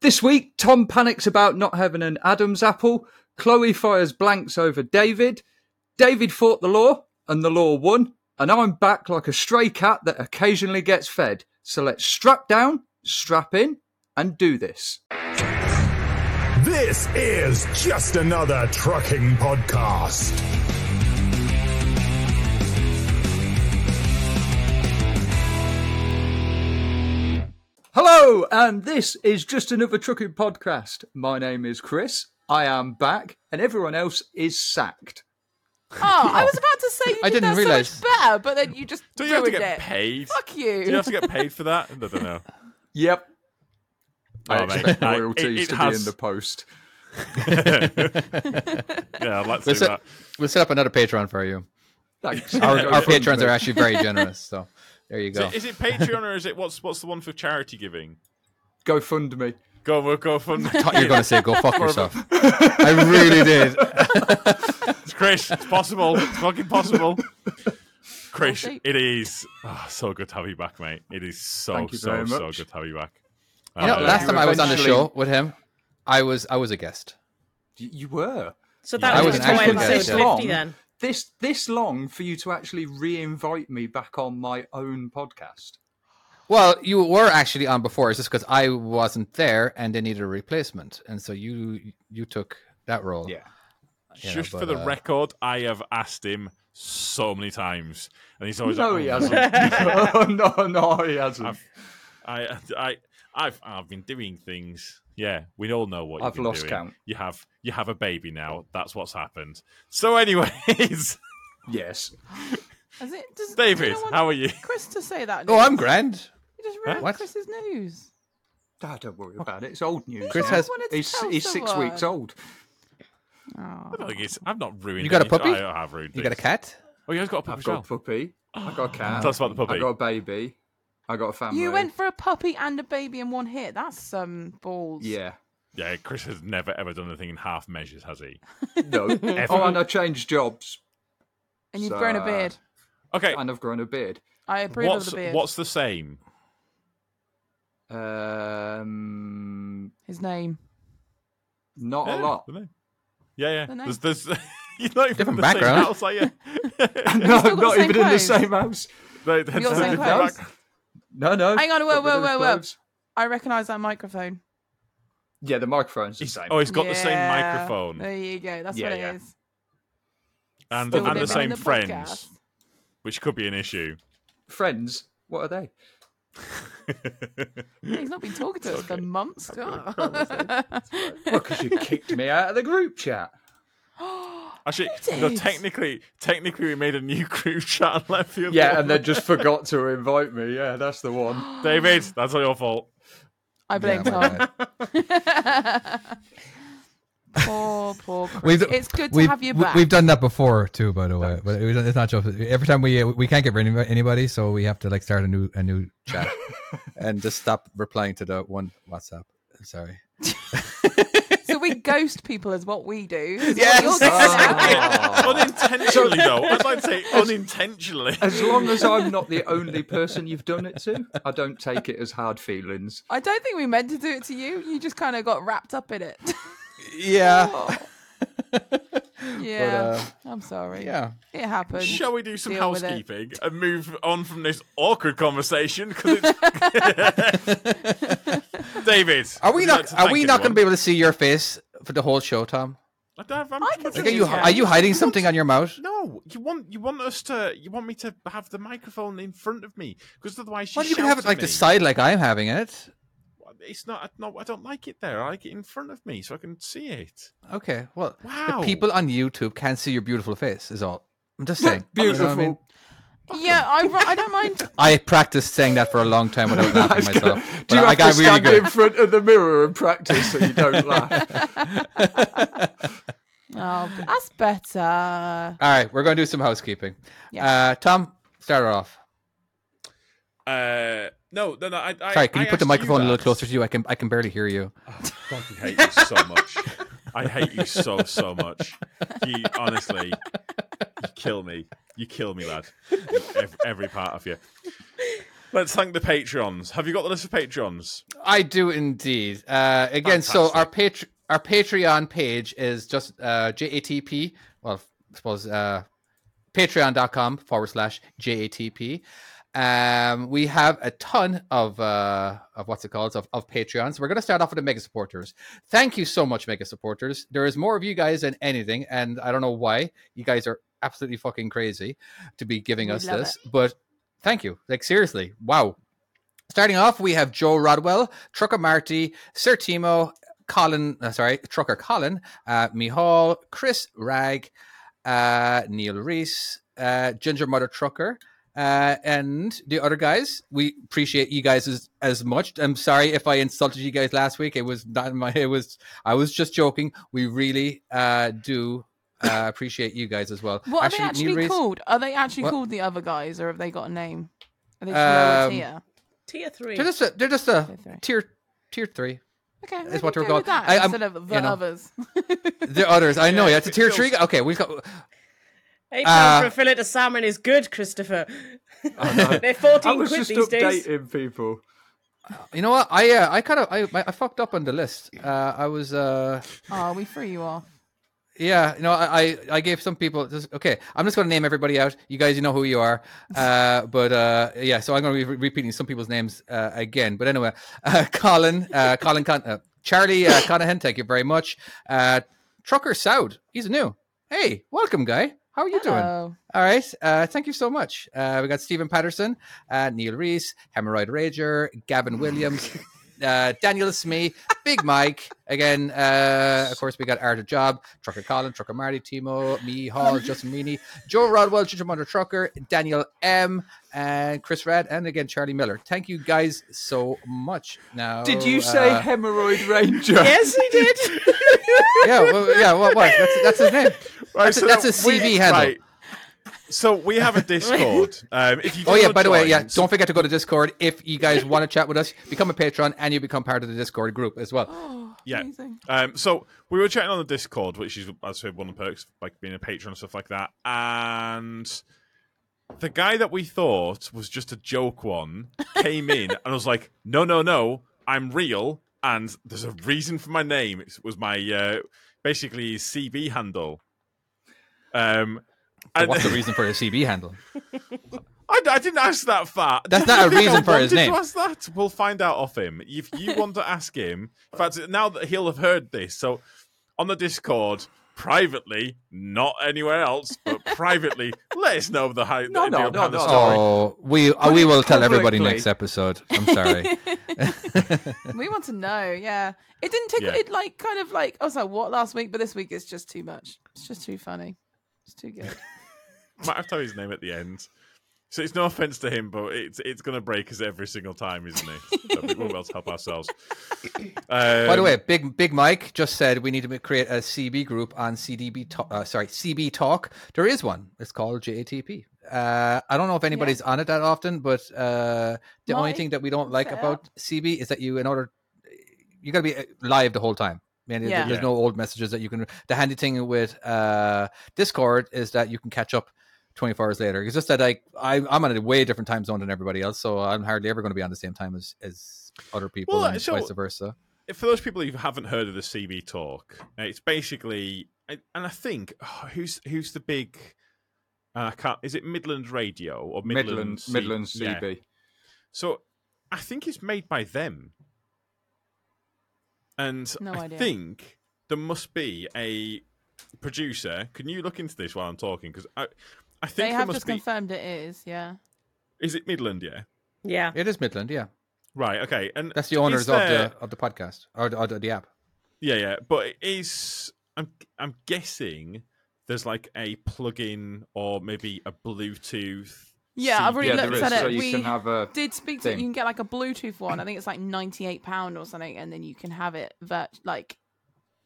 This week, Tom panics about not having an Adam's apple. Chloe fires blanks over David. David fought the law, and the law won. And I'm back like a stray cat that occasionally gets fed. So let's strap down, strap in, and do this. This is just another trucking podcast. Hello, and this is just another trucking podcast. My name is Chris. I am back, and everyone else is sacked. Oh, I was about to say you I did didn't that realise. so much better, but then you just Do ruined you have to get it. paid? Fuck you. Do you have to get paid for that? I don't know. Yep. I Oh, mate, expect I- it- royalties it to be has- in the post. Yeah, I'd We'll like to do set, that. we'll set up another Patreon for you. Thanks. Our, Go our for it, patrons are mate. actually very generous, so there you go. Is it Patreon or is it what's what's the one for charity giving? Go fund me. Go on, we'll go for Thought you were going to say go fuck yourself. I really did. It's Chris. It's possible. It's fucking possible. Chris, I'll see. it is oh, so good to have you back, mate. It is so Thank you so very so much. good to have you back. You know, Uh, last time I was on the eventually- show with him, I was I was a guest. Y- You were. So Yeah, that I was wasn't between actually episode there, yeah. 50 then. This this long for you to actually re-invite me back on my own podcast. Well, you were actually on before. It's just because I wasn't there and they needed a replacement, and so you you took that role. Yeah. Yeah, just for but, the uh, record, I have asked him so many times, and he's always No, like, he "Oh, hasn't. no, no, no, he hasn't. I've, I, I, I've, I've been doing things. Yeah, we all know what you've I've been lost doing. count. You have, you have a baby now. That's what's happened. So, anyways, Yes. Is it, does, David, do you want how are you? Chris to say that? Oh, I'm grand. You just ruined What? Chris's news. Ah, don't worry about it. It's old news. Chris now. has- Wanted to He's, tell he's six someone. weeks old. Oh. I don't think it's- I've not ruined. You got a it. puppy? I don't have ruined. You got a it. cat? Oh, you guys got a puppy. I've as got a well. puppy. I've got a cat. Tell us about the puppy. I've got a baby. I got a family. You went for a puppy and a baby in one hit. That's some balls. Yeah. Yeah, Chris has never ever done anything in half measures, has he? No. oh, and I changed jobs, And you've grown a So- beard. Okay, and I've grown a beard. I approve uh, what's of the beard. what's the same? Um, His name. not yeah, a lot. the name. Yeah, yeah. The There's, there's, you're not even Different in the same background. house, are you? No, still not got the even same in the clothes? same house. They- they- Yours they- ain't they- closed. back- No, no. Hang on, whoa, got rid whoa, of the whoa, whoa. clothes. I recognise that microphone. Yeah, the microphone's the same. Oh, he's got the same Yeah. microphone. There you go. That's Yeah, what it is. yeah. and, Still and the living same the friends, podcast. which could be an issue. Friends, what are they? He's not been talking to us for months. God. Well, because you kicked me out of the group chat. Actually, You no, did. technically, technically, we made a new crew chat and left you. Yeah, and then just forgot to invite me. Yeah, that's the one. David, that's not your fault. I blame Yeah, my Tom. bad. Poor, poor. Chris. We've- it's good to we've, have you we- back. We've done that before too, by the way. But it was, it's not just every time we we can't get rid of anybody, so we have to like start a new a new Chat. and just stop replying to the one WhatsApp. Sorry. so we ghost people is what we do. It's what Yes. you're doing now. unintentionally, though. I'd like to say unintentionally. As long as I'm not the only person you've done it to, I don't take it as hard feelings. I don't think we meant to do it to you. You just kind of got wrapped up in it. Yeah. Oh. yeah. I'm sorry. uh, Yeah. It happened. Shall we do some Deal with it. housekeeping and move on from this awkward conversation? 'Cause it's- David, Are we would you not? like to are thank we not going to anyone? be able to see your face for the whole show, Tom? I don't have- I'm- I can Like, see are you Yeah. are you hiding something on your mouth? No, you want you want us to you want me to have the microphone in front of me because otherwise she Why don't you have shouts it at like the me. side, like I'm having it? It's not. I- No, I don't like it there. I like it in front of me so I can see it. Okay. Well, Wow. the people on YouTube can't see your beautiful face. Is all. I'm just saying. You know what Beautiful. I, mean? Yeah, I, I don't Oh, mind. I practiced saying that for a long time without laughing myself. but Do you I have to got really stand good. in front of the mirror and practice so you don't laugh? Oh, but that's better. All right, we're going to do some housekeeping. Yeah. Uh, Tom, start it off. Uh, no, no, no. I, I, Sorry, can I you put the asked microphone a that. little closer to you? I can I can barely hear you. I fucking hate you so much. I hate you so so much. You honestly, you kill me. You kill me, lad. Every, every part of you. Let's thank the Patreons. Have you got the list of Patreons? I do indeed. Uh, again, so our pat- our Patreon page is just uh, JATP. Well, I suppose uh, patreon.com forward slash JATP. Um, we have a ton of uh, of what's it called of, of Patreons. We're going to start off with the mega supporters. Thank you so much, mega supporters. There is more of you guys than anything, and I don't know why you guys are absolutely fucking crazy to be giving We us love this, but thank you. Like seriously, wow. Starting off, we have Joe Rodwell, Trucker Marty, Sir Timo, Colin, uh, sorry, Trucker Colin, uh, Mihal, Chris Rag, uh, Neil Reese, uh, Ginger Mother Trucker, uh, and the other guys. We appreciate you guys as, as much. I'm sorry if I insulted you guys last week. It was not my. It was I was just joking. We really uh, do uh, appreciate you guys as well. What are Neil they actually Reese- called? Are they actually What? called the other guys, or have they got a name? Are they just lower Um, tier? Tier three. They're just a, they're just a Tier three. tier tier three. Okay, is we what can they're go with called. That I- I'm- instead of the you know. others. The others, I know. Yeah, Yeah, it's a tier it feels- three. Okay, we've got. Eight Uh, pounds Ah. for a fillet of salmon is good, Christopher. Oh, They're fourteen quid these days. people. You know what? I uh, I kind of I I fucked up on the list. Uh, I was uh oh, we threw you off. yeah. You know I I, I gave some people just, okay. I'm just gonna name everybody out. You guys, you know who you are. Uh, but uh yeah. So I'm gonna be re- repeating some people's names uh, again. But anyway, uh, Colin, uh, Colin, Con- uh, Charlie uh, Conahan. Thank you very much. Uh, Trucker Soud. He's new. Hey, welcome, guy. How are you doing? Hello. All right. Uh, thank you so much. Uh, we got Stephen Patterson, uh, Neil Reese, Hemorrhoid Rager, Gavin Williams, uh, Daniel Smee, Big Mike. Again, uh, of course, we got Art of Job, Trucker Colin, Trucker Marty, Timo, Me Um. Hall, Justin Meany, Joe Rodwell, Ginger Mother Trucker, Daniel M, and Chris Red, and again, Charlie Miller. Thank you guys so much. Now, Did you say uh, hemorrhoid ranger? Yes, he did. yeah, well, yeah, what, what? That's, that's his name. Right, That's a- that's a we- CV handle. So we have a Discord. Um, if you Oh do yeah, wanna by the way, join- yeah, don't forget to go to Discord if you guys want to chat with us. Become a patron and you become part of the Discord group as well. Oh, Yeah. Amazing. Um, so we were chatting on the Discord, which is, I'd say, one of the perks, like being a patron and stuff like that. And the guy that we thought was just a joke one came in and was like, "No, no, no, I'm real, and there's a reason for my name. It was my uh, basically his CV handle." Um, So and- what's the reason for his CB handle? I, I didn't ask that far. That's not a Did I reason for his wanted name. To ask that, we'll find out off him. If you want to ask him, in fact, now that he'll have heard this, so on the Discord privately, not anywhere else, but privately, let us know the height. No, no, no, the no, story. Oh, we uh, we will tell everybody Publicly. next episode. I'm sorry. we want to know. Yeah, it didn't take. Yeah. It like kind of like I was like, what last week, but this week it's just too much. It's just too funny. It's too good. Might have to have his name at the end. So it's no offense to him, but it's it's going to break us every single time, isn't it? so we won't be able to help ourselves. by the Um, way, Big Big Mike just said we need to create a CB group on CDB. To- uh, sorry, CB Talk. There is one. It's called JATP. Uh, I don't know if anybody's on it that often, but uh, the only Mike, thing that we don't like set about CB is that you, in order, you got to be uh, live the whole time. Man, there- Yeah. there's no old messages that you can. The handy thing with uh, Discord is that you can catch up 24 hours later. It's just that like I, I'm on a way different time zone than everybody else, so I'm hardly ever going to be on the same time as as other people, Well, and so- vice versa. for those people who haven't heard of the CB talk, it's basically, and and I think oh, who's who's the big, uh, I can't, is it Midland Radio or Midland Midland, Midland C- yeah. CB. So I think it's made by them, and No I idea. think there must be a producer. Can you look into this while I'm talking? Because I, I think They there have must just be. confirmed it is. Yeah. is it Midland? Yeah. yeah. It is Midland, yeah. Right. Okay. And That's the is owners there- of the of the podcast or, the- or the, the app. Yeah, yeah, but it is I'm I'm guessing there's like a plug-in or maybe a Bluetooth. Yeah, I've already CD. Yeah, there looked is. at it. So you we can have a. did speak to. You thing. can get like a Bluetooth one. I think it's like ninety eight pound or something, and then you can have it virt- like,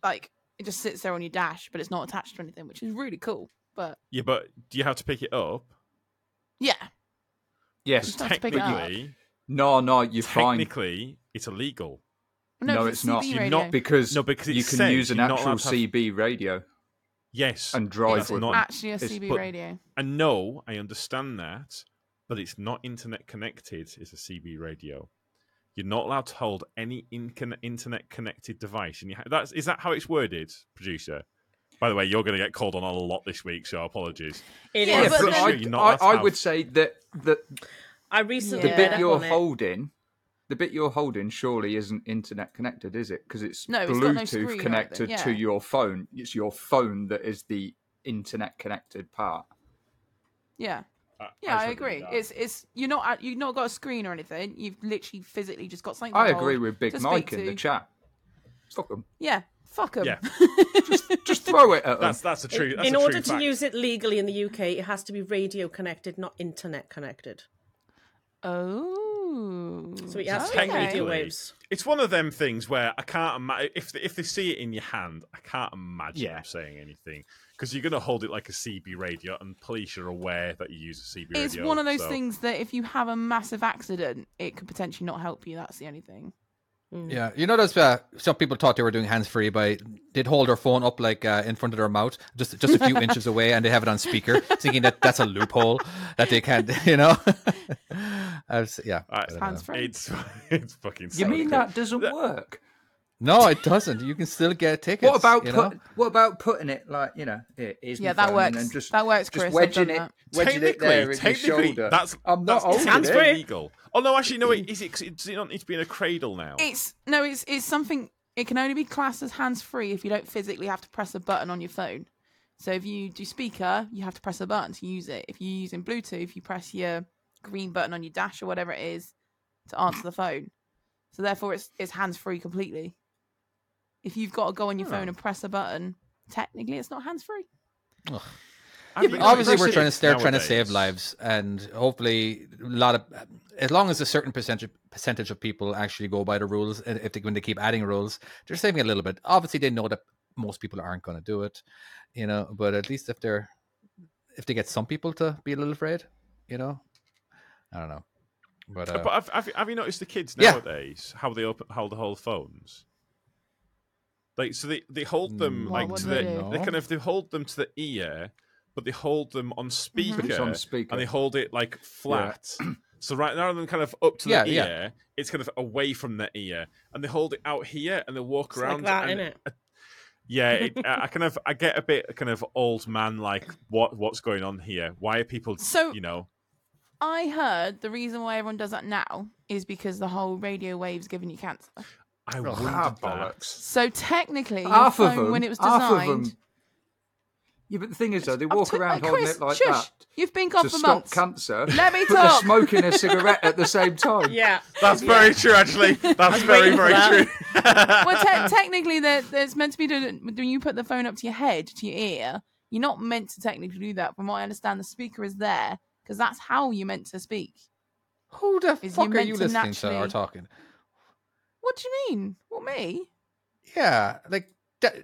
like it just sits there on your dash, but it's not attached to anything, which is really cool. But Yeah, but do you have to pick it up? yeah, Yes. Just have to pick it up. technically, No, no, you're fine. technically, it's illegal. no, No, 'cause it's not. CB You're radio. not Because, No, because it you can says use an you're not actual allowed to have- CB radio Yes, and That's drive with not- it. actually a It's CB put- radio. and no, I understand that, but it's not internet connected, is a CB radio. You're not allowed to hold any incon- internet connected device. And you ha- that's is that how it's worded, producer? By the way, you're going to get called on a lot this week, so apologies. It Yeah, is. but but then- I, You're not I, allowed to I have- would say that that I the recently Yeah. read bit up you're on it. holding, the bit you're holding, surely isn't internet connected, is it? Because it's No, it's got no Bluetooth screen or anything, connected to yeah. your phone. It's your phone that is the internet connected part. Yeah. I- Yeah, just I, don't agree. think that- It's it's you're not at- you've not got a screen or anything. You've literally physically just got something. to I agree hold with to Big speak Mike in the to. chat. Fuck 'em. Yeah, fuck 'em. Yeah. Just throw it at them. that's that's a true. That's In a order true to fact. use it legally in the UK, it has to be radio connected, not internet connected. Oh, So it has to be okay. radio Technically, waves. It's one of them things where I can't imagine if if they see it in your hand, I can't imagine Yeah. them saying anything because you're going to hold it like a CB radio, and police are aware that you use a CB radio. It's one of those so- things that if you have a massive accident, it could potentially not help you. That's the only thing. Yeah, you notice uh, some people thought they were doing hands free, but did hold their phone up like uh, in front of their mouth, just just a few inches away, and they have it on speaker, thinking that that's a loophole that they can't, you know. I was- yeah, I- uh, Hands free. it's it's fucking. You mean cynical. that doesn't work? no, it doesn't. You can still get tickets. What about you know? put, what about putting it like you know? Here, here's my Yeah, that phone," and works. then just, That works, Just Chris. I've wedging done it, that. wedging it there in your technically, shoulder. that's I'm not that's holding Hands it. free. illegal. Oh no, actually, no. It is it, 'cause it's- it don't need to be in a cradle now. It's no, it's it's something. It can only be classed as hands free if you don't physically have to press a button on your phone. So if you do speaker, you have to press a button to use it. If you're using Bluetooth, you press your green button on your dash or whatever it is to answer the phone. So therefore, it's it's hands free completely. If you've got to go on your Hmm. phone and press a button, technically it's not hands free. Have you noticed obviously we're it trying to they're trying to save nowadays? lives and hopefully a lot of as long as a certain percentage percentage of people actually go by the rules and if they when they keep adding rules they're saving a little bit obviously they know that most people aren't going to do it you know but at least if they're if they get some people to be a little afraid you know i don't know but, uh, But have, have, have you noticed the kids Yeah. nowadays how they open how they hold phones? Like so, they, they hold them Mm, like what to would the, they they do? kind of they hold them to the ear, but they hold them on Mm-hmm. speaker, But it's on speaker. and they hold it like flat. so right now than kind of up to Yeah, the yeah. ear, it's kind of away from their ear, and they hold it out here and they walk It's around. like that, and, innit? Yeah, it, I I kind of I get a bit kind of old man like what what's going on here? Why are people So- you know? I heard the reason why everyone does that now is because the whole radio waves giving you cancer. I wondered ah, that. bollocks. So technically, your half of phone them when it was half of designed, them- Yeah, but the thing is, though, they I'm walk t- around uh, holding Chris, it like shush. that You've been gone to for stop months. cancer. Let me but they're talk. smoking a cigarette at the same time. Yeah. That's very true, actually. That's very, waiting for very that. true. well, te- technically, there- there's meant to be doing when you put the phone up to your head, to your ear. You're not meant to technically do that. From what I understand, the speaker is there because that's how you're meant to speak. who the you fuck are meant you to listening to or naturally- talking What do you mean? What me? Yeah, like that,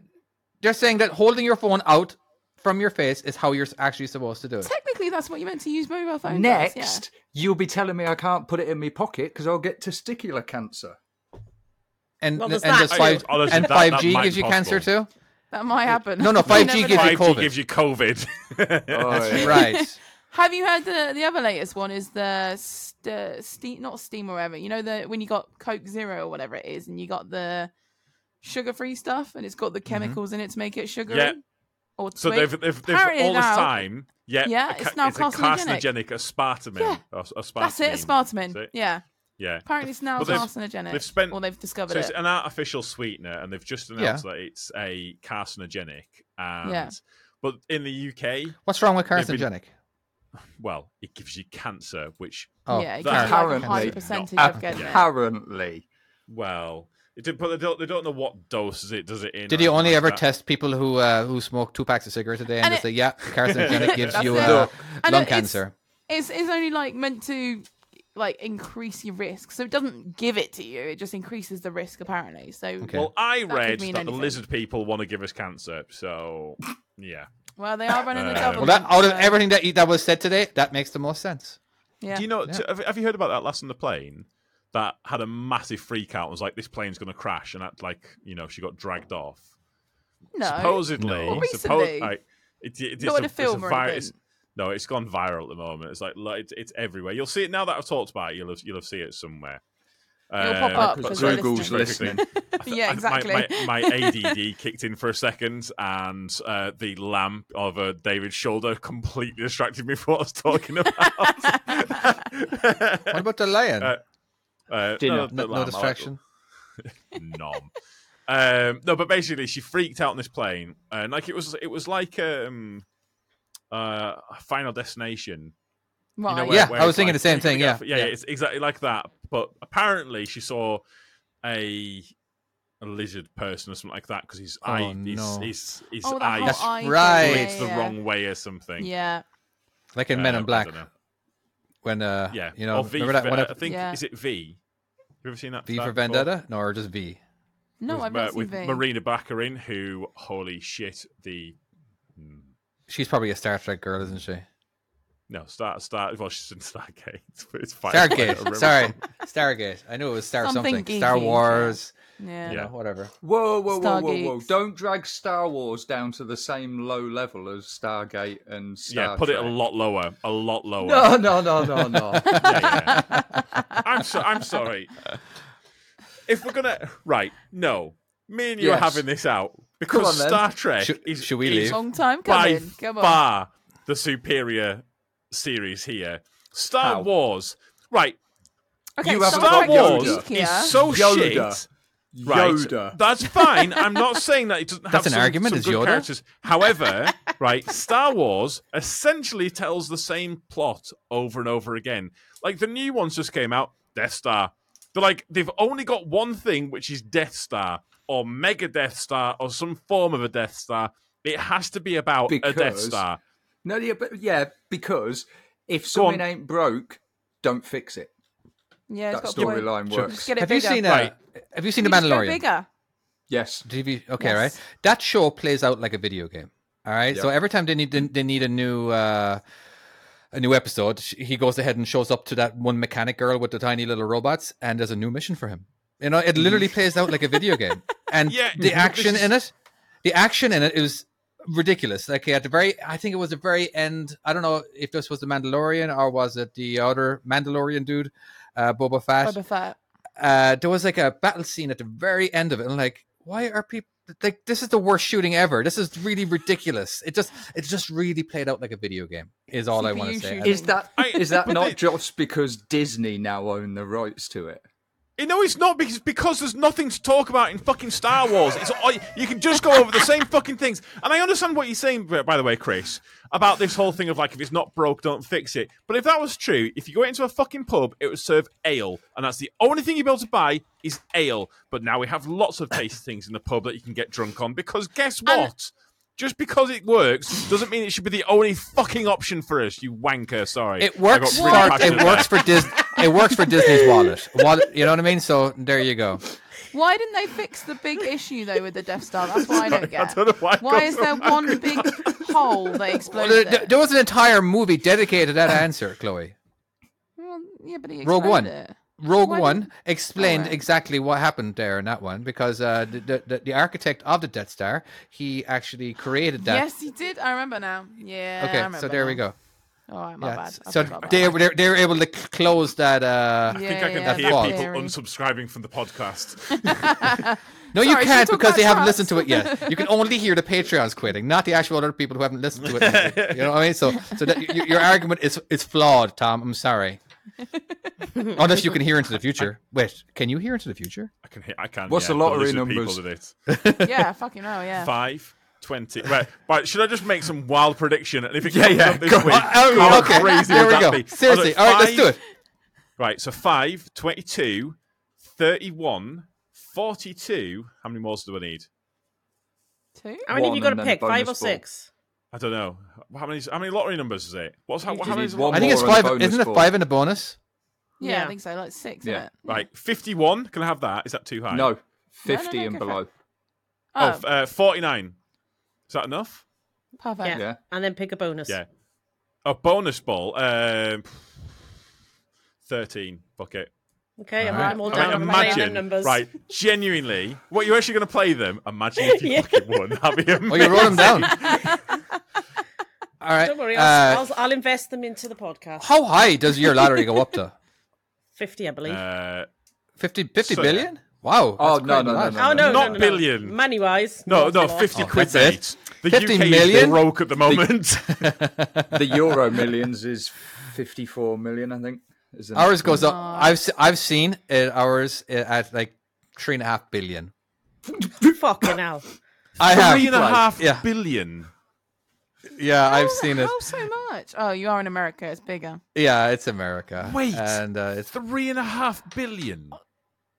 they're saying that holding your phone out from your face is how you're s- actually supposed to do it. Technically, that's what you're meant to use mobile phones. as, Next, yeah. you'll be telling me I can't put it in my pocket because I'll get testicular cancer. And Well, and there's does that five too. Oh, listen, and that- five that G might gives be you cancer too? that might happen. No, no, You 5G never gives know. you 5G COVID. gives you COVID. Oh, yeah. Right. Have you heard the the other latest one? Is the st- steam not steam or whatever? You know the when you got Coke Zero or whatever it is, and you got the sugar free stuff, and it's got the chemicals in it to make it sugary. Mm-hmm. Yeah. Or so twig? they've, they've, they've Apparently all this now- time. Yeah, Yeah, a ca- it's now a carcinogenic. carcinogenic aspartame. Yeah. Or, s- aspartame. That's it, Is aspartame. it? Yeah. Yeah. Apparently, it's now Well, they've- carcinogenic. they've spent- or they've discovered So it. it's an artificial sweetener, and they've just announced that it's a carcinogenic. And, Yeah. But in the UK, What's wrong with They've been- carcinogenic? well, it gives you cancer, which, Oh, yeah, it gives you that- like a Apparently high not. percentage of getting it. Apparently. well, it did, but they don't, they don't know what doses it does it in. Did or you anything only like ever that. test people who uh, who smoke two packs of cigarettes a day and, And they it- say, yeah, carcinogenic gives That's you it. uh, And lung it's- cancer? It's it's only like meant to like increase your risk, so it doesn't give it to you. It just increases the risk, apparently. So Okay. Well, I could read that mean the anything. lizard people want to give us cancer, so yeah. well, they are running the Uh, Well, government. that out of so- everything that you- that was said today, that makes the most sense. yeah. Do you know? Yeah. so have, have you heard about that last on the plane that had a massive freak out? and Was like, this plane's going to crash, and that like you know she got dragged off. no. Supposedly, Not suppo- Oh. recently. like, it, it, it's Not in a- a it's film a or virus. anything. No, it's gone viral at the moment. It's like like, it's, it's everywhere. You'll see it now that I've talked about it. You'll have, you'll have see it somewhere. It'll pop Um, up because because we're Google's listening. listening. yeah, exactly. My, my, my ADD kicked in for a second, and uh, the lamp of uh, David's shoulder completely distracted me from what I was talking about. What about the lion? Uh, uh, Dinner. no, the no, lamb, I no like- uh, distraction. nom. um, no, but basically, she freaked out on this plane, and like it was, it was like um, uh, Final Destination. Right. know, where- Yeah, I was it's thinking the same you're gonna thing, get yeah. off- yeah, Yeah. it's exactly like that. But apparently, she saw a a lizard person or something like that because his Oh, eye, his, no. his, his oh, that eye whole That's eye thing, right. yeah, blades the yeah. wrong way or something. Yeah. Like in Men Um, in I Black, dunno. when uh, Yeah, you know, Or v, remember that for- uh, one I ep- think Yeah. is it V? You ever seen that? V that for before? Vendetta? No, or just V. No, with, I've Ma- not seen with Vane. Marina Baccarin, who holy shit, the She's probably a Star Trek girl, isn't she? no start start. Well, she's in Stargate, but it's fine. Stargate. Sorry, Stargate. I knew it was Star Something something. Star geeky, yeah. Wars. Yeah. You Yeah. know, whatever. Whoa, whoa, whoa, whoa, whoa! Stargates. Don't drag Star Wars down to the same low level as Stargate and Star yeah, put it a Trek. lot lower, a lot lower. No, no, no, no, no. Yeah, yeah. I'm so I'm sorry. If we're gonna right, no, me and you are Yes. having this out because on, then. Star Trek Should- is should we is leave? Long time by coming. Oh, Come on. far the superior series here. Star How? Wars, right? Okay, You have Star, got Star Trek Wars is Yoda. is geekier. so Yoda. shit. Right. Yoda. That's fine. I'm not saying that it doesn't have That's an some- argument, some is good Yoda. characters. However, right, Star Wars essentially tells the same plot over and over again. Like the new ones just came out, Death Star. They're like they've only got one thing, which is Death Star or Mega Death Star or some form of a Death Star. It has to be about a Death Because- Star. No, yeah, but yeah, because if Go on. something ain't broke, don't fix it. Yeah, it's That got a point. storyline Just works. get it Have you bigger. seen uh, Right. Have you seen You The just go Mandalorian? bigger. Yes. TV. Okay, Yes. right. That show plays out like a video game. All right. So Yeah. every time they need they need a new uh, a new episode, sh- he goes ahead and shows up to that one mechanic girl with the tiny little robots, and there's a new mission for him. You know, it literally plays out like a video game, and Yeah, but the this action is- in it, the action in it is ridiculous. Like at the very, I think it was the very end. I don't know if this was the Mandalorian or was it the other Mandalorian dude, uh, Boba Fett Boba Fett. uh, there was like a battle scene at the very end of it, and like, why are people like this is the worst shooting ever? This is really ridiculous. It just it just really played out like a video game. Is all I want CPU to say. shooting. Is that I- is that but not they- just because Disney now own the rights to it? You know Eh, it's not because because there's nothing to talk about in fucking Star Wars. It's all- you can just go over the same fucking things. And I understand what you're saying, by by the way, Chris, about this whole thing of like if it's not broke, don't fix it. But if that was true, if you go into a fucking pub, it would serve ale, and that's the only thing you'd be able to buy is ale. But now we have lots of tasty things in the pub that you can get drunk on because guess what? just because it works doesn't mean it should be the only fucking option for us. You wanker. Sorry, It works I for got really passionate it there. works for Disney. It works for Disney's wallet. wallet. You know what I mean? So there you go. Why didn't they fix the big issue though with the Death Star? That's what I don't get. don't know why I got is so there one big hole that explodes? There, it? there was an entire movie dedicated to that answer, Chloe. Well, yeah, but he Rogue explained One. it. Rogue Why One didn't- explained Alright. exactly what happened there in that one because uh, the, the, the- the architect of the Death Star he actually created that. Yes, he did. I remember now. Yeah. I okay, so remember there we now. go. All right, my Yeah, bad. s- I So forgot about they that. were they, they were able to c- close that. Uh... I think Yeah, I can yeah, hear that's people scary. unsubscribing from the podcast. No, Sorry, you should we can't talk because they about haven't drugs? listened to it yet. You can only hear the Patreons quitting, not the actual other people who haven't listened to it. you know what I mean? So so that, y- your argument is is flawed, Tom. I'm sorry. Unless you can hear into the future. Wait, can you hear into the future? I can hit. I can. What's the yeah, lottery lizard people numbers? did it. Yeah, fucking hell, yeah. Five, twenty. Right, right. Should I just make some wild prediction? And if it Yeah, comes yeah, up this go on. week, Oh, how okay. crazy there would we that go. be? Seriously. Although All right, let's do five- it. Right. So five, 22, 31, 42. How many more do I need? Two? How many have One you got and to then pick? Five or bonus ball. six? I don't know. How many? How many lottery numbers is it? What's how, You how just many? need Is one one I think it's More on a five. bonus Isn't it ball. five and a bonus? Yeah, I Yeah. think so. Like six, Yeah. isn't it? Right, fifty-one. Can I have that? Is that too high? No, fifty no, and go for below. Oh, Oh, f- uh, 49. Is that enough? perfect. Yeah. Yeah. And then pick a bonus. Yeah. A Oh, bonus ball. Um, Thirteen. Fuck it. Okay, I'm Alright. writing them all I mean, down. I'm writing them imagine, numbers. right? Genuinely, what you're actually going to play them? Imagine if you Yeah. fucking won. That'd be Oh, you amazing. wrote them down. All right. Don't worry, Uh, I'll, I'll, I'll invest them into the podcast. how high does your lottery go up to? 50, I believe. Uh, 50, 50 So- billion? Wow. Oh, that's no, quite no, no, large. no, oh, no, no, not no, no. billion. Money wise. no, no, fifty Oh, quid. that's Mate. The 50 UK million? is broke at the moment. The Euro Millions is 54 million, I think. is the Ours goes up. Aw. I've se- I've seen it, ours i- at like three and a half billion. Fucking hell. I have Three and a like, half Yeah, billion. yeah. I've seen it. How so much? Oh, you are in America. It's bigger. Yeah, it's America. Wait. and uh, it's Three and a half billion.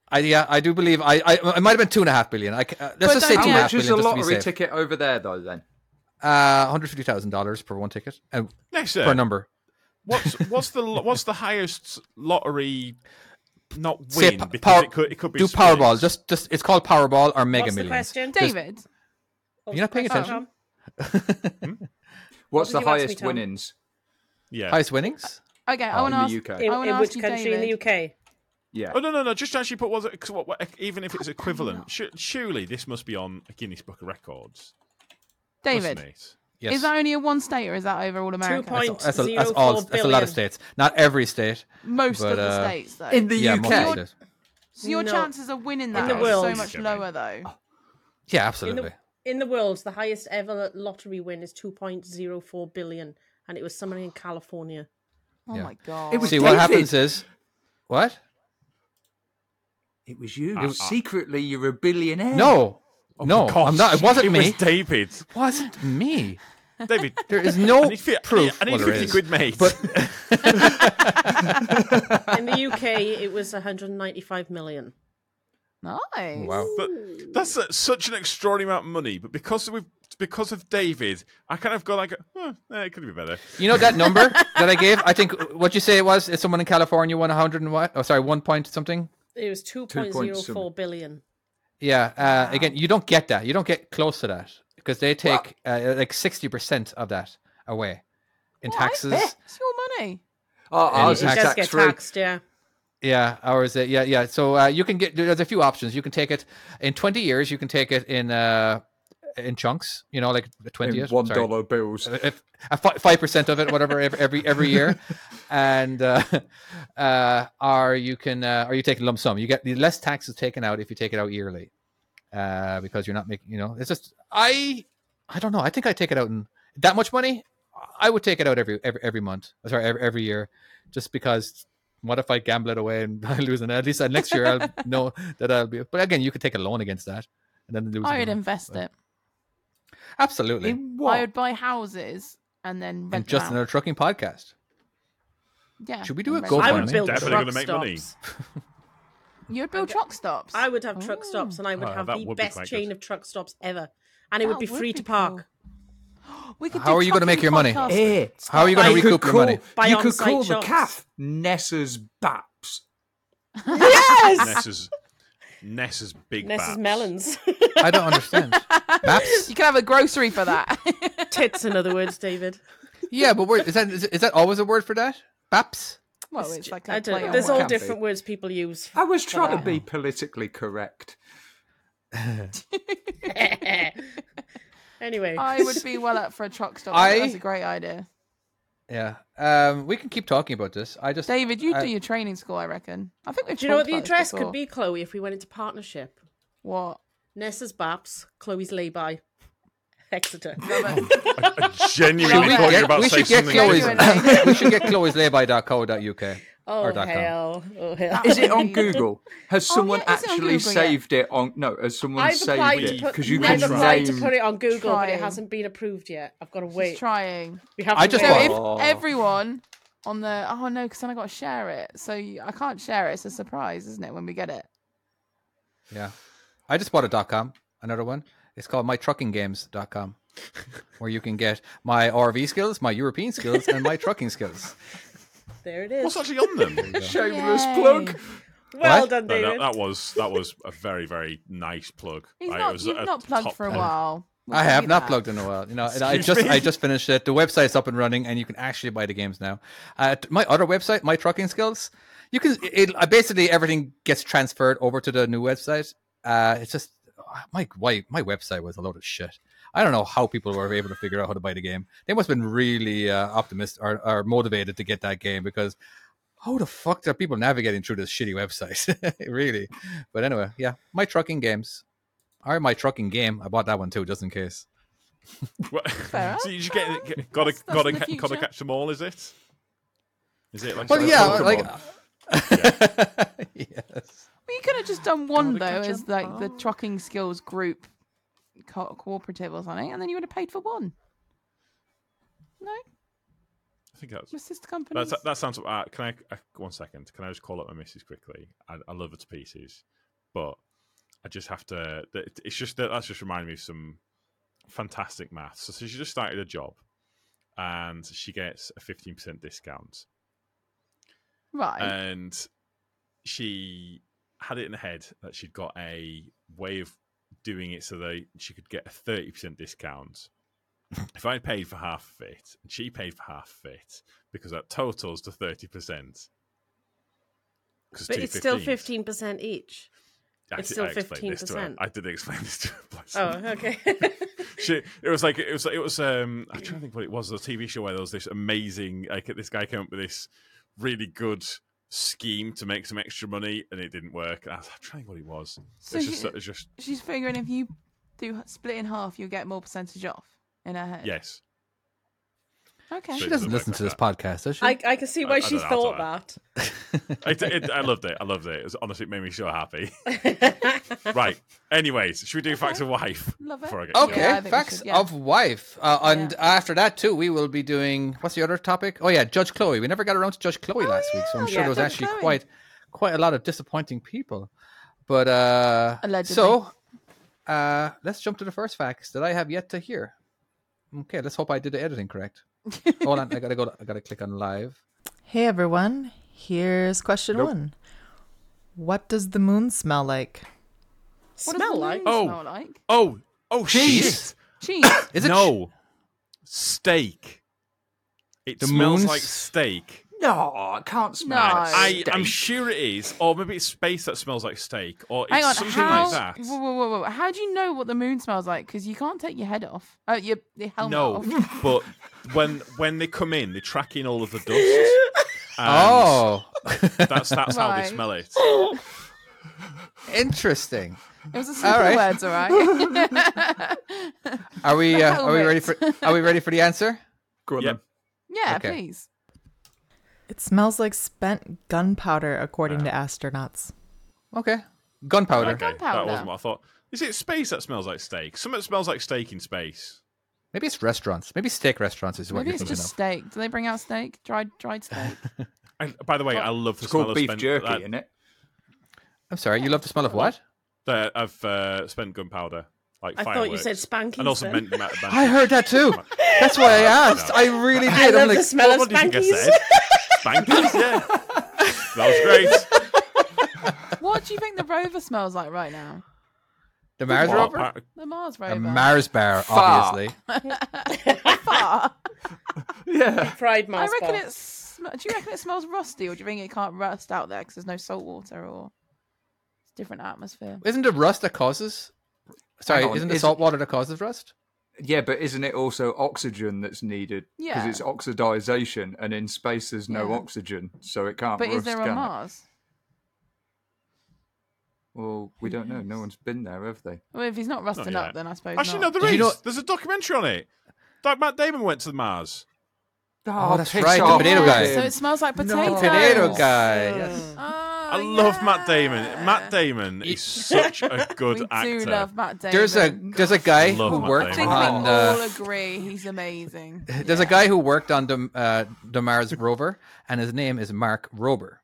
I, yeah, I do believe I, I it might have been two and a half billion. I ca- uh, let's But just say two don't- and a How How much half is billion a just to be lottery safe. ticket over there, though, then? uh, one hundred fifty thousand dollars per one ticket uh, Next, per uh, number. what's what's the lo- what's the highest lottery? Not win Say p- because power- it could it could be Do split. Powerball? Just just it's called Powerball or Mega What's the Millions. question? David, What You're not was paying the question, attention? What's did the you ask me, highest Tom? winnings? Yeah. Highest winnings? okay, I Oh, want to in ask. the UK. Tom? I In, want to in ask which you, country David. in the UK? Yeah. Oh no no no! Just actually put what, 'cause what, what even if it's equivalent. Su- surely this must be on a Guinness Book of Records. David, mustn't it? Yes. is that only a one state or is that over all America? point- that's, a, that's, a, 0.04 all, that's a lot billion. of states. Not every state. Most But, of the uh, states, though. In the yeah, most of the UK. states. so your No. chances of winning that the are world. so much Okay, mate. lower, though. Yeah, In absolutely. the, in the world, the highest ever lottery win is 2.04 billion, and it was someone in California. Oh Yeah. my god! It was See, what David. happens is, what? It was you. Secretly, you're a billionaire. No, no, Oh Gosh, I'm not. It wasn't it me. Was David. wasn't me. David. There is no I need, fi- I need, proof. I need well, there fifty is. quid, mate. In the UK, it was 195 million. nice. Wow. But that's uh such an extraordinary amount of money. But because we've because of David, I kind of go like, huh, eh, it could be better. You know that number that I gave? I think what you say it was is someone in California won a hundred and what? Oh, sorry, one point something. It was point 2.04 some- billion. Yeah. Uh, Again, you don't get that. You don't get close to that because they take uh, like sixty percent of that away in taxes. It's your money. Oh, ours It is It does tax get free. taxed, yeah. Yeah, ours. Uh, yeah, yeah. So uh, you can get there's a few options. You can take it in twenty years. You can take it in uh, in chunks. You know, like twenty In one dollar bills. Uh, five percent of it, whatever, ev- every every year, and uh, uh, or you can uh, or you take a lump sum. You get the less taxes taken out if you take it out yearly, uh, because you're not making. You know, it's just I I don't know. I think I take it out in that much money. I would take it out every every every month. Sorry, every, every year, just because. What if I gamble it away and I lose? And at least uh, next year I'll know that I'll be. But again, you could take a loan against that, and then lose. I would again. invest it. Absolutely, In I what? would buy houses and then and rent just them out. another trucking podcast. Yeah. Should we do and a rent I GoFundMe? them would build Definitely truck gonna make stops. money. out. You would build truck stops. I would have truck stops, and I would Oh, have that the would be best quite chain good. of truck stops ever, and it would That be would free be to park. We could How do are you gonna make fucking your money? podcasts. Eh. How are you going to Like- recoup your call, money? Buy You could on-site call the shops. calf Nessa's Baps. Ness's Ness's big. Ness's baps. melons, I don't understand. Maps? You can have a grocery for that. tits, in other words, David. Yeah, but where, is that is, is that always a word for that? Baps? well, it's like a I play don't. on There's all different- words. different words people use. I was trying to be politically correct. Anyway, I would be well up for a truck stop. I- That's a great idea. Yeah. Um, we can keep talking about this. I just David, you I- do your training school, I reckon. I think we've. do you know what talked the about this address before. could be, Chloe, if we went into partnership? What? Nessa's Baps, Chloe's Lay-By, Exeter. I genuinely should thought we you were about get, to we say should get something. Chloe's Anyway. we should get Chloe's layby.co.uk. Oh Or dot com. hell! Oh hell! Is it on Google? Has Oh, someone yeah, it's on actually Google, yeah. saved it on? No, has someone I've applied, saved to it? put, Because you can I've applied name. to put it on Google, but Trying. it hasn't been approved yet. I've got to She's wait. trying. We have I to just So wait. want- if Oh. everyone on the oh no, because then I got to share it. So you, I can't share it. It's a surprise, isn't it? When we get it. Yeah. I just bought a dot com, another one. It's called mytruckinggames.com. Where you can get my RV skills, my European skills, and my trucking skills. there it is. What's actually on them? Shameless Yay. plug. well What? done, No, David. that, that was that was a very very nice plug. He's Like, it not. was You've a not plugged top for a plug. while. We'll I give have you not that. plugged in a while, you know. And I Excuse just I me? just finished it. The website's up and running, and you can actually buy the games now. Uh, t- my other website, my trucking skills, you can it, it- uh, basically everything gets transferred over to the new website. Uh, it's just my why my website was a load of shit. I don't know how people were able to figure out how to buy the game. They must have been really uh, optimistic or, or motivated to get that game because how the fuck are people navigating through this shitty website? really. But anyway, yeah, my trucking games. Or my trucking game. I bought that one too, just in case. What- Fair so you just enough. get, get gotta That's- that's gotta the ca- gotta future. catch them all. Is it? Is it like? Well, sort of yeah, Pokemon? like. yes. Well, you could have just done one though, Gotta catch as 'em like the all. trucking skills group co- cooperative or something, and then you would have paid for one. No, I think that's. my sister company. That's, that sounds. Uh, can I uh, one second? Can I just call up my missus quickly? I, I love her to pieces, but I just have to. that- It's just that that's just reminded me of some fantastic maths. So, so she just started a job, and she gets a fifteen percent discount, right. uh, and she had it in her head that she'd got a way of doing it so that she could get a thirty percent discount. if I paid for half of it, and she paid for half of it, because that totals to thirty percent. But it's still 15% each. it's still her. 15%. I didn't explain this to her. bless Oh, her. okay. She, it was like it was it was um I'm trying to think what it was a TV show where there was this amazing like this guy came up with this really good scheme to make some extra money and it didn't work. I was I'm trying to think what it was. So it's just you- it's just She's figuring if you do h- split in half, you'll get more percentage off in her head. yes. Okay. So- She doesn't listen to this podcast, does she? I, I can see why I she dunno, I thought dunno. that. It, it, I loved it. I loved it. it was, honestly, it made me so happy. right. Anyways, should we do facts of wife? Love it. Before I get Okay, Yeah, I think we facts should, yeah. of wife, uh, and after that too, we will be doing what's the other topic? Oh yeah, Judge Chloe. We never got around to Judge Chloe last week, so I'm yeah, sure there was Judge actually Chloe. quite quite a lot of disappointing people. But uh, Allegedly. so uh, let's jump to the first facts that I have yet to hear. Okay, let's hope I did the editing correct. Hold on, I gotta go. I gotta click on live. Hey everyone, here's question Nope. one. What does the moon smell like? What does Smell the like? moon Oh. smell like? Oh, oh, Jeez. shit. Cheese. Is it no. steak. It The smells moon's- like steak. No, I can't smell No. it. I, I'm Steak. sure it is, or maybe it's space that smells like steak, or it's Hang on. something how? like that. Whoa, whoa, whoa, whoa. How do you know what the moon smells like? Because you can't take your head off. Oh, your the helmet No, off. but when when they come in, they track in all of the dust. and Oh, that's that's how they Right. smell it. interesting. It was a slip of the right. words, all right. Are we uh, are we ready for Helmet. are we ready for the answer? Go on Yep. then. yeah, Okay. please. It smells like spent gunpowder, according Ah. to astronauts. Okay, gunpowder. Okay, that Gunpowder. wasn't what I thought. Is it space that smells like steak? Something that smells like steak in space. Maybe it's restaurants. Maybe steak restaurants is what Maybe you're it's thinking just of. steak. Do they bring out steak? Dried, dried steak. And by the way, I love the It's smell called of beef spent- jerky, that- isn't it? I'm sorry, you love the smell of what? that I've uh, spent gunpowder. Like I thought you fireworks. said spanking. and also then. meant. meant- I heard that too. That's why I asked. I really I did. love I'm like, the smell of What did you think I spankies. said? Spankies, yeah. That was great. what do you think the rover smells like right now? the Mars Well, rover? appa- The Mars A rover. Mars bar, Fuck. obviously. Far. Yeah. Fried I Mars reckon bar. it's. sm- Do you reckon it smells rusty, or do you think it can't rust out there because there's no salt water or it's different atmosphere? Isn't it rust that causes? Sorry, Hang on, isn't it is- salt water that causes rust? Yeah, but isn't it also oxygen that's needed? Yeah. Because it's oxidization, and in space there's no Yeah. oxygen, so it can't But is rust, there can a it? Mars? Well, we don't know. No one's been there, have they? Well, if he's not rusting Not up, yet. then I suppose. Actually, no, not. there Did is. you know- There's a documentary on it. Like Matt Damon went to Mars. Oh, that's piss right, the off, potato guy. Tim. So it smells like potatoes. Potato guy. Yes. Oh, I love Matt yeah. Damon. Matt Damon is such a good We actor. do love Matt Damon. There's a there's a guy Love who Matt I worked think Damon. on we all uh, agree he's amazing. there's a guy who worked on the uh, the Mars rover, and his name is Mark Rober.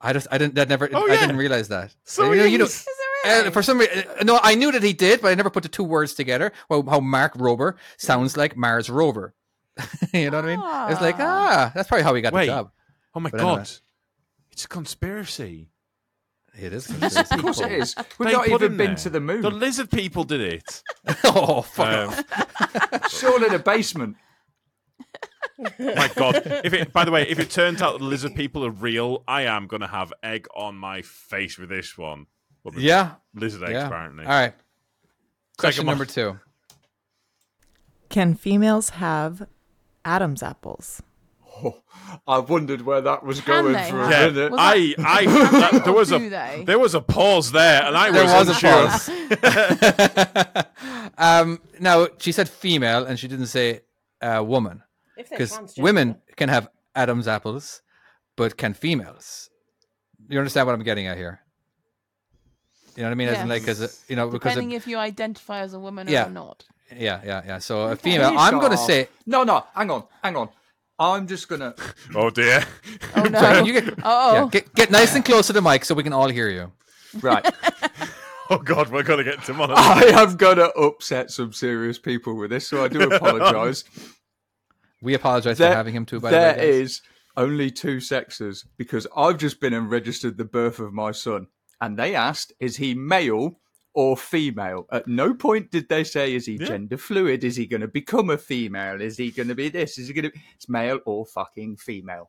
I just I didn't that never Oh, I yeah. didn't realize that. So you know, you he don't- is. Is there Uh, really? for some reason, no, I knew that he did, but I never put the two words together. Well, how Mark Rober sounds like Mars Rover. you know what I mean? It's like ah, that's probably how he got Wait. the job. Oh my But god, anyway. it's a conspiracy. It is. Of course it is. We've They not put even him been there. to the moon. The lizard people did it. oh fuck! Um, It's all in a basement. my god. If it, by the way, if it turns out the lizard people are real, I am gonna have egg on my face with this one. Well, yeah, lizard eggs yeah. apparently. All right, Question Second one. number two. Can females have Adam's apples? I wondered where that was Can going they? for a Yeah, minute. Was that- I, I, that- there was Do they? a, there was a pause there, and I There was a unsure. pause. um, now she said female, and she didn't say uh, woman, If they're because transgender. women can have Adam's apples, but can females? You understand what I'm getting at here? You know what I mean? As in, like, as a, Yes. you know, because of- Depending if you identify as a woman Yeah. or not. yeah, yeah, yeah. So a female. I'm going to Off. say No, no, hang on, hang on. I'm just gonna. Oh dear. Oh no! Sorry, you get, Oh. yeah, get, get nice and close to the mic so we can all hear you. Right. Oh god, we're gonna get to one. Ah, I am gonna upset some serious people with this, so I do apologise. We apologize There- for having him too. By there the way, guys. is only two sexes because I've just been and registered the birth of my son, and they asked, "Is he male?" Or female. At no point did they say, "Is he gender fluid? Is he going to become a female? Is he going to be this? Is he going to?" It's male or fucking female.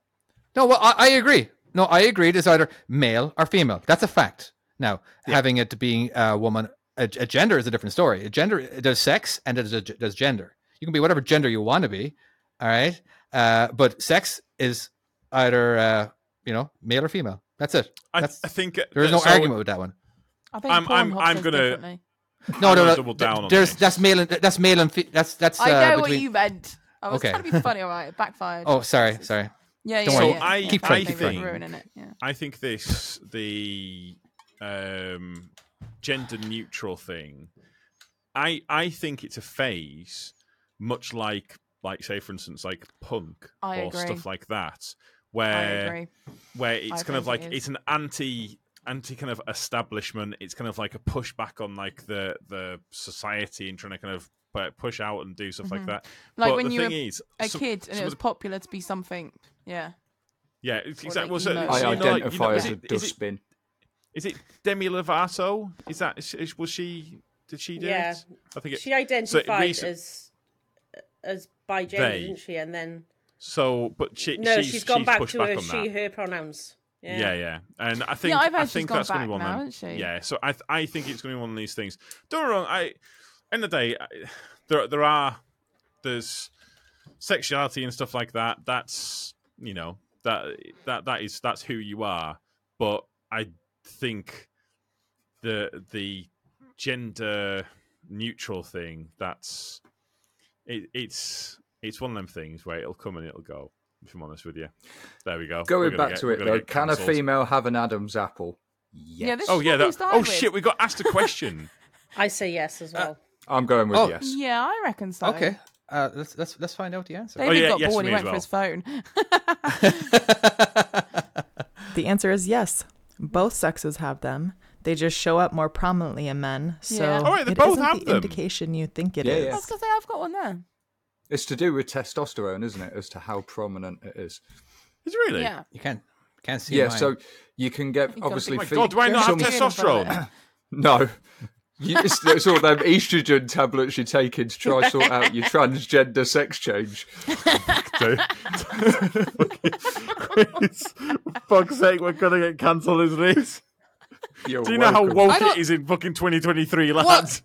no. Well, I, I agree. No, I agree. It's either male or female. That's a fact. Now, having it being a woman, a, a gender is a different story. A gender there's sex and there's, a, there's gender. You can be whatever gender you want to be. All right, uh, but sex is either uh, you know male or female. That's it. I, That's, I think uh, there is no so- argument with that one. I think I'm- Pornhub I'm- I'm says gonna- differently. No, I'm no, gonna no. double th- down on there's this. that's male and that's male and fe- that's that's. I know uh, what between- you meant. I was Okay. trying to be funny, all right? It backfired. Oh, sorry, sorry. yeah, yeah, don't worry. yeah. So I- yeah. Keep yeah, trying, they keep were trying. Ruining it. Yeah. I think this the um, gender neutral thing. I I think it's a phase, much like like say for instance like punk I or agree. stuff like that, I where agree. where it's I kind of think like it is. it's an anti anti kind of establishment. It's kind of like a pushback on like the the society and trying to kind of uh, push out and do stuff like that. Mm-hmm. Like but when the you were thing is, A some- kid, and some it of was the- popular to be something. Yeah. yeah, it's or exactly. like well, so- emo. so I you know, like, you identify know, as is a it- is it- dustbin. Is it Demi Lovato? Is that is, is- was she? Did she do Yeah. it? I think it, She identified recent- as as by gender, They. didn't she? And then so, but she no, she's, she's gone back pushed to back her on she that. her pronouns. Yeah. Yeah. yeah, and I think I've heard I she's think gone that's going back to be one now, of them. hasn't she? Yeah, so I th- I think it's going to be one of these things. Don't get me wrong. I end of the day, I, there there are there's sexuality and stuff like that. That's you know that that that is that's who you are. But I think the the gender neutral thing that's it, it's it's one of them things where it'll come and it'll go. If I'm honest with you, there we go. We're Going gonna back get- to we're it gonna though, get can a cancelled. female have an Adam's apple? Yeah. This Oh is yeah. What we That, started oh with. shit. We got asked a question. I say yes Uh, as well. I'm going with Oh. yes. Yeah, I reckon so. Okay, uh, let's let's let's find out the answer. David Oh, yeah, got yes, bored. me He as went for his phone. The answer is yes. Both sexes have them. They just show up more prominently in men. So Yeah. All right, they it both isn't have the them. indication you think it Yeah, is. I yeah. was gonna say I've got one there. It's to do with testosterone, isn't it? As to how prominent it is. Is it really? Yeah. You can't can't see. Yeah, mine. so you can get You've got- obviously. My fe- God, do I not have some- Some- testosterone? No. You, it's, it's all them estrogen tablets you're taking to try sort out your transgender sex change. Fuck's sake, we're gonna get cancelled, isn't it? You're Do you know how welcome. woke don't- it is in fucking 2023, What? lads?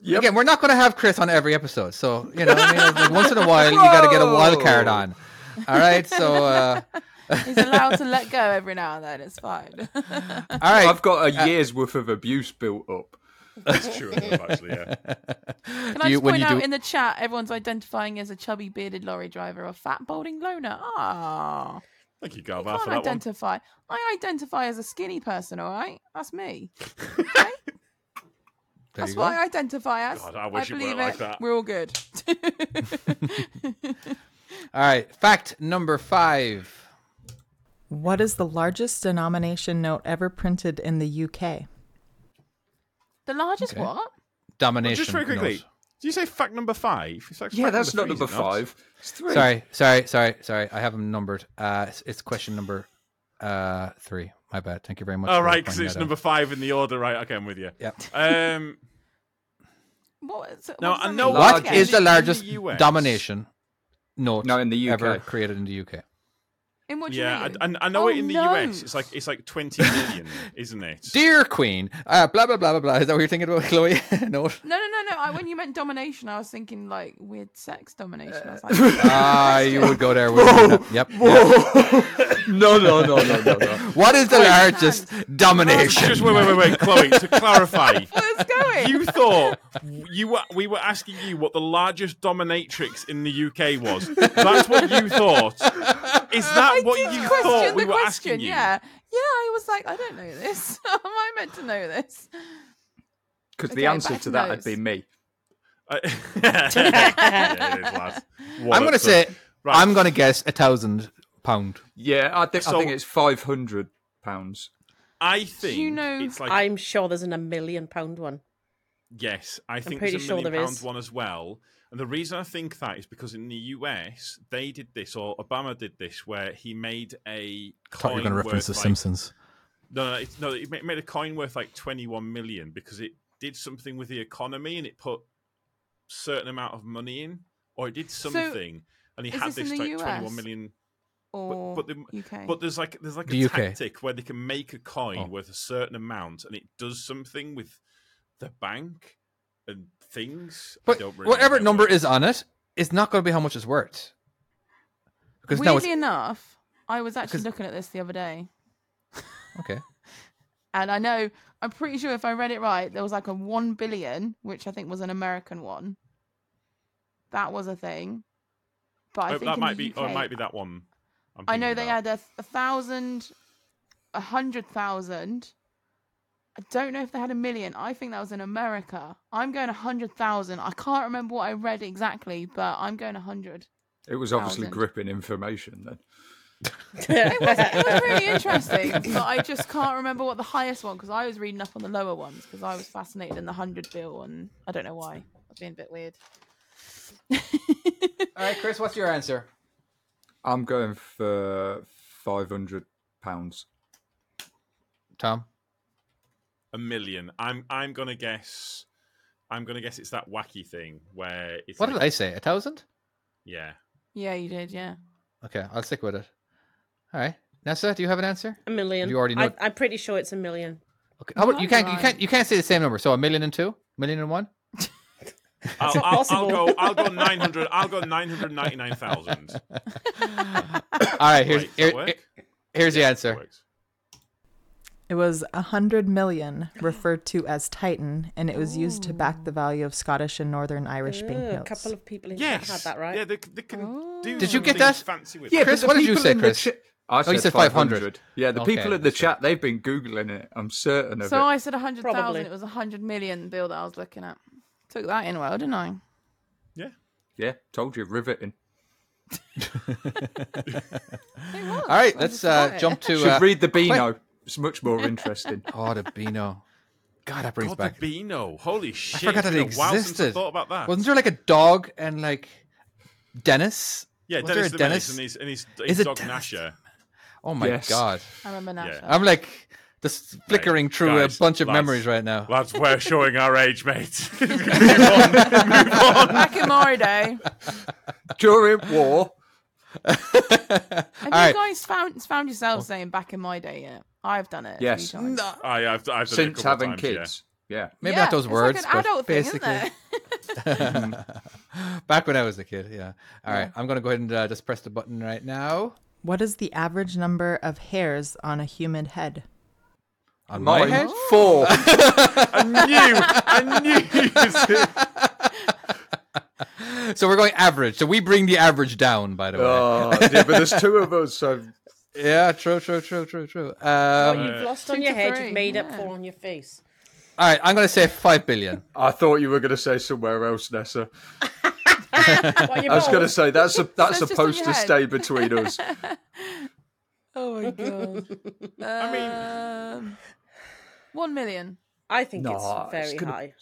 Yep. Again, we're not going to have Chris on every episode, so you know, I mean, like, once in a while, you got to get a wild card Whoa. on. All right, so uh, He's allowed to let go every now and then. It's fine. all right, I've got a year's worth of abuse built up. That's true enough, actually. Yeah. Can I you- just when point you out do- in the chat, everyone's identifying as a chubby bearded lorry driver or fat balding loner. Ah, Thank you, you Garbar, can't for that one. identify. I identify as a skinny person. All right, that's me. there That's you go. what I identify as. God, I wish it believe weren't like that. We're all good. all right, fact number five. What is the largest denomination note ever printed in the UK? the largest Okay. what? Domination. Just very quickly, note. do you say fact number five? It's like Yeah, fact that's not three, is number it not? five. It's three. Sorry, sorry, sorry, sorry. I have them numbered. Uh, it's, it's question number uh three. My bad. Thank you very much. All for Oh, right, because pointing it's that out. number five in the order, right? Okay, I'm with you. Yeah. Um, What is it? Now, what does I that know- mean? What What Okay. is the In the largest US? domination note No, in the UK. ever created in the UK? In what yeah, you mean? I, I- I know Oh, it in the no. US. It's like it's like twenty million, isn't it? Dear Queen, uh, blah blah blah blah blah. Is that what you're thinking about, Chloe? no. No, no, no, no. I, when you meant domination, I was thinking like weird sex domination. I was like, Ah, you would go there. Whoa, yep. yep. No, no, no, no, no, no. What is the largest domination? Oh, Just wait, wait, wait, wait, Chloe. To clarify, where's it going? you thought you were, we were asking you what the largest dominatrix in the UK was. That's what you thought. Is that I what did you question thought the we were question. asking you? Yeah, yeah. I was like, I don't know this. How am I meant to know this? Because Okay, the answer back to that would notes. be me. I- Yeah, it is, lad. What I'm a gonna sub- say. Right. I'm gonna guess a thousand pound. Yeah, I think I So- think it's five hundred pounds. I think you know- it's like I'm sure there's an a million pound one. Yes, I think pretty there's a sure million pound there is. one as well. And the reason I think that is because in the US they did this, or Obama did this, where he made I a coin. thought you were gonna reference The worth, like- Simpsons. No, no, it's, no, it ma- made a coin worth like 21 million because it did something with the economy and it put certain amount of money in, or it did So, something, and he is had this in the this like US? 21 million. Or but the- UK? But there's like there's like The a UK. tactic where they can make a coin Oh. worth a certain amount, and it does something with the bank and things. I But don't really whatever know number what- is on it, it's not going to be how much it's worth. Because now it's Weirdly enough, I was actually 'Cause- looking at this the other day, okay. and I know I'm pretty sure if I read it right, there was like a one billion, which I think was an American one. That was a thing, but I Oh, think that in might the be. Oh, it UK might be that one. I'm I know thinking they about. had a, a thousand, a hundred thousand. I don't know if they had a million. I think that was in America. I'm going a hundred thousand. I can't remember what I read exactly, but I'm going a hundred. It was obviously Thousand. gripping information then. It was really interesting, but I just can't remember what the highest one because I was reading up on the lower ones because I was fascinated in the hundred bill and I don't know why. I was being a bit weird. All right, Chris, what's your answer? I'm going for five hundred pounds. Tom. a million. I'm. I'm gonna guess. I'm gonna guess it's that wacky thing where it's. What like, did I say? A thousand? Yeah. Yeah, you did. Yeah. Okay, I'll stick with it. All right, Nessa, do you have an answer? A million. You already know I, it. I'm pretty sure it's a million. Okay, how about No, you can't you right. can't you can't say the same number. So a million and two, million and one. I'll, not I'll, I'll possible. go. I'll go nine hundred. I'll go nine hundred ninety-nine thousand. All right, here's here- Wait, that here- work? here's the answer. Works. It was a hundred million, referred to as Titan, and it was used to back the value of Scottish and Northern Irish Oh. Ugh, a banknotes. couple of people in chat Yes. had that right. Yeah. They, they can do. Did you get something that? Fancy with. Yeah, it. Chris, but the what did you people say, in the Chris? cha- I Oh, you said 500. Yeah, the Okay, people in the chat, they've been Googling it. I'm certain of So it. I said a hundred Probably. thousand. It was a hundred million bill that I was looking at. Took that in well, didn't I? Yeah. Yeah, told you, riveting. All right, let's uh, jump to Oh, Should uh, read the Beano. It's much more interesting. Oh, the Beano. God, that brings God, back. the Beano. Holy shit! I forgot that it it's been a while since I existed. thought about that. Wasn't there like a dog and like Dennis? yeah, was Dennis there the a Menace Dennis? and his and his, Is his it dog Dennis? Nasher. Oh my Yes. god! I'm a menasha. Yeah. I'm like just flickering through guys, a bunch of lads, memories right now. Lads, we're showing our age, mate. Oh, Back in my day, During war, have All you right. guys found found yourselves saying "back in my day" yet? I've done it. a few Yes. times. I, have I've done it a since having couple of times, yeah. kids. Yeah. Maybe Yeah, not those it's words, Like an but adult basically. thing, isn't it? Back when I was a kid, yeah. All right, I'm gonna go ahead and uh, just press the button right now What is the average number of hairs on a human head? on my, Mine, head. four. I knew, I knew. So we're going average. So we bring the average down, by the way. Oh, yeah, but there's two of us, so yeah, true, true, true, true, true. Um, You've lost two on your to head, three, you've made up yeah. four on your face. all right, I'm gonna say five billion. I thought you were going to say somewhere else, Nessa. Well, you're I was going to both. say that's a, that's it's just on supposed your to head. stay between us. Oh my god. I mean, Um, one million. I think Nah, it's it's very gonna- high.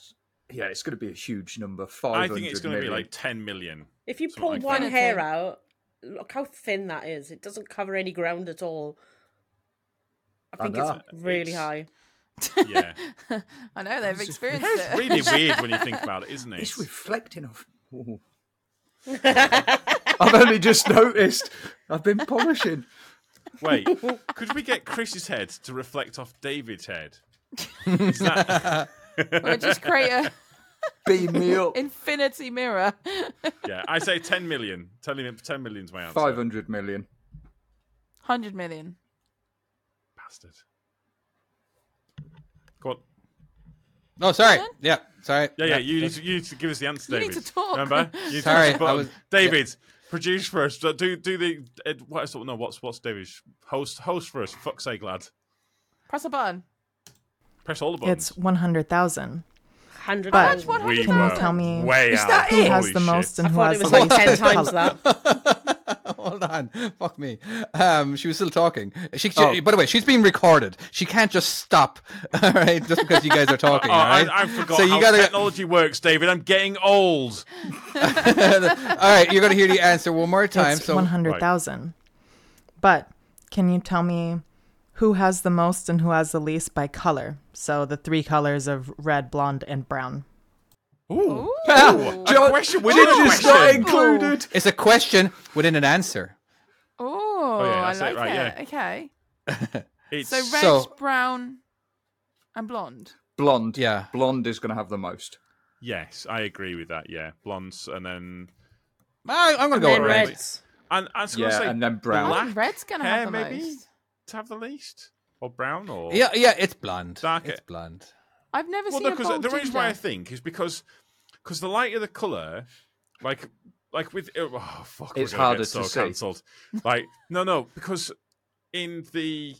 Yeah, it's going to be a huge number. I Five think it's hundred going to be million. like 10 million. If you Something pull like one that. hair out, look how thin that is. It doesn't cover any ground at all. I I think know. it's really It's- high. Yeah. I know they've experienced it's it. really weird when you think about it, isn't it? It's reflecting off. Ooh. I've only just noticed. I've been polishing. Wait, could we get Chris's head to reflect off David's head? Is that- Or just create a Beam me up. infinity mirror. yeah, I say 10 million. 10 million, 10 million's my answer. 500 million. 100 million. Bastard. Go on. Oh, sorry. Yeah, sorry. Uh, Yeah, yeah, you need, to, you need to give us the answer, You need David. to talk. Remember? You need to Sorry, press the I button. was- David, produce for us. Do do the uh, what is no? What's what's David? Host host for us. Fuck's sake, lad. Press a button. Press all the buttons. It's 100,000. Hundred But- thousand. What? we Can you were tell me- way out. that Who it? has Holy the shit. most and I who thought has it the was like least? ten color? times that. Hold on. Fuck me. Um, she was still talking. She, she- Oh. By the way, she's being recorded. She can't just stop, all right, just because you guys are talking, Oh, all right? I, I forgot So you how gotta, technology works, David. I'm getting old. all right, you're going to hear the answer one more time. It's So, 100,000. But can you tell me who has the most and who has the least by color? So the three colors of red, blonde, and brown. Ooh, Ah, Jo- question within a Ginger's not question. included. it's a question within an answer. Oh, yeah, I that's it, like right, it. yeah. Okay. It's So red, So- brown, and blonde. Blonde. Yeah. Blonde is going to have the most. yes, I agree with that. Yeah, blondes and then I, I'm going to go Then with red. reds. and I was gonna Yeah, say and then brown. I black think red's gonna hair, have the maybe most. to have the least or brown or Yeah, yeah, it's blonde. Dark- It's blonde. I've never Well, seen no, a because bald the reason why I ginger. think is because because the lighter the color, like like with oh fuck, It's we're gonna harder get to so see. cancelled. Like no, no, because in the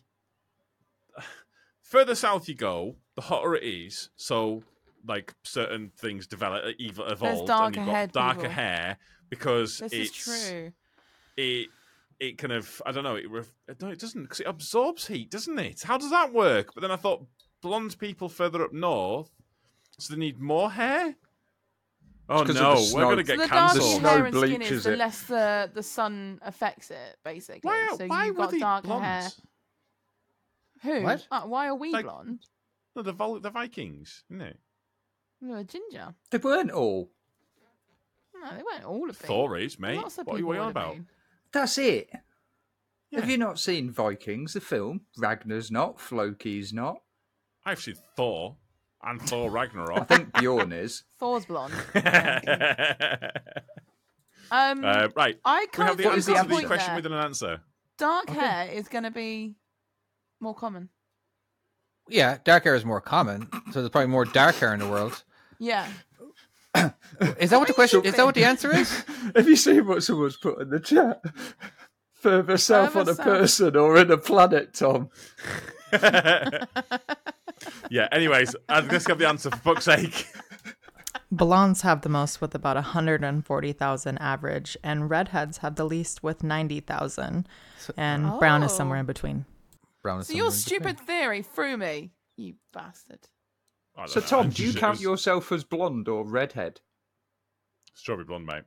further south you go, the hotter it is. So like certain things develop, ev- evolve, and darker you've hair, got darker people. hair because This is it's true. it it kind of I don't know it ref- no it doesn't because it absorbs heat doesn't it how does that work but then I thought blonde people further up north so they need more hair oh 'cause of no the we're snow. gonna So get the darker The your cancelled snow hair and skin bleaches is, the it. less the, the sun affects it, basically. why, so why you've were got they darker blonde hair. Who? What? Uh, why are we Like- blonde? no the, Vol- the Vikings isn't it We were ginger. They weren't all. No, they weren't all of it. Thor is mate Lots of what are you people what are you on would have about been. That's it. Yeah. Have you not seen Vikings, the film? Ragnar's not. Floki's not. I've seen Thor and Thor I Ragnarok think Bjorn is. Thor's blonde. uh, Um, right I Uh, we kind have of the think answer you've to got a the point question there. with an answer Dark hair is going to be more common. Yeah, dark hair is more common, so there's probably more dark hair in the world. Yeah. Is that what the question? Is that what the answer is? Have you seen what someone's put in the chat? Further south Further on a south. person or in a planet, Tom. yeah anyways I just have the answer for fuck's sake Blondes have the most with about 140,000 average, and redheads have the least with 90,000. And brown is somewhere Oh. in between. Brown is So your somewhere in between. stupid theory threw me, you bastard. I don't So, know, Tom, I'm do you just- it count was yourself as blonde or redhead? strawberry blonde, mate?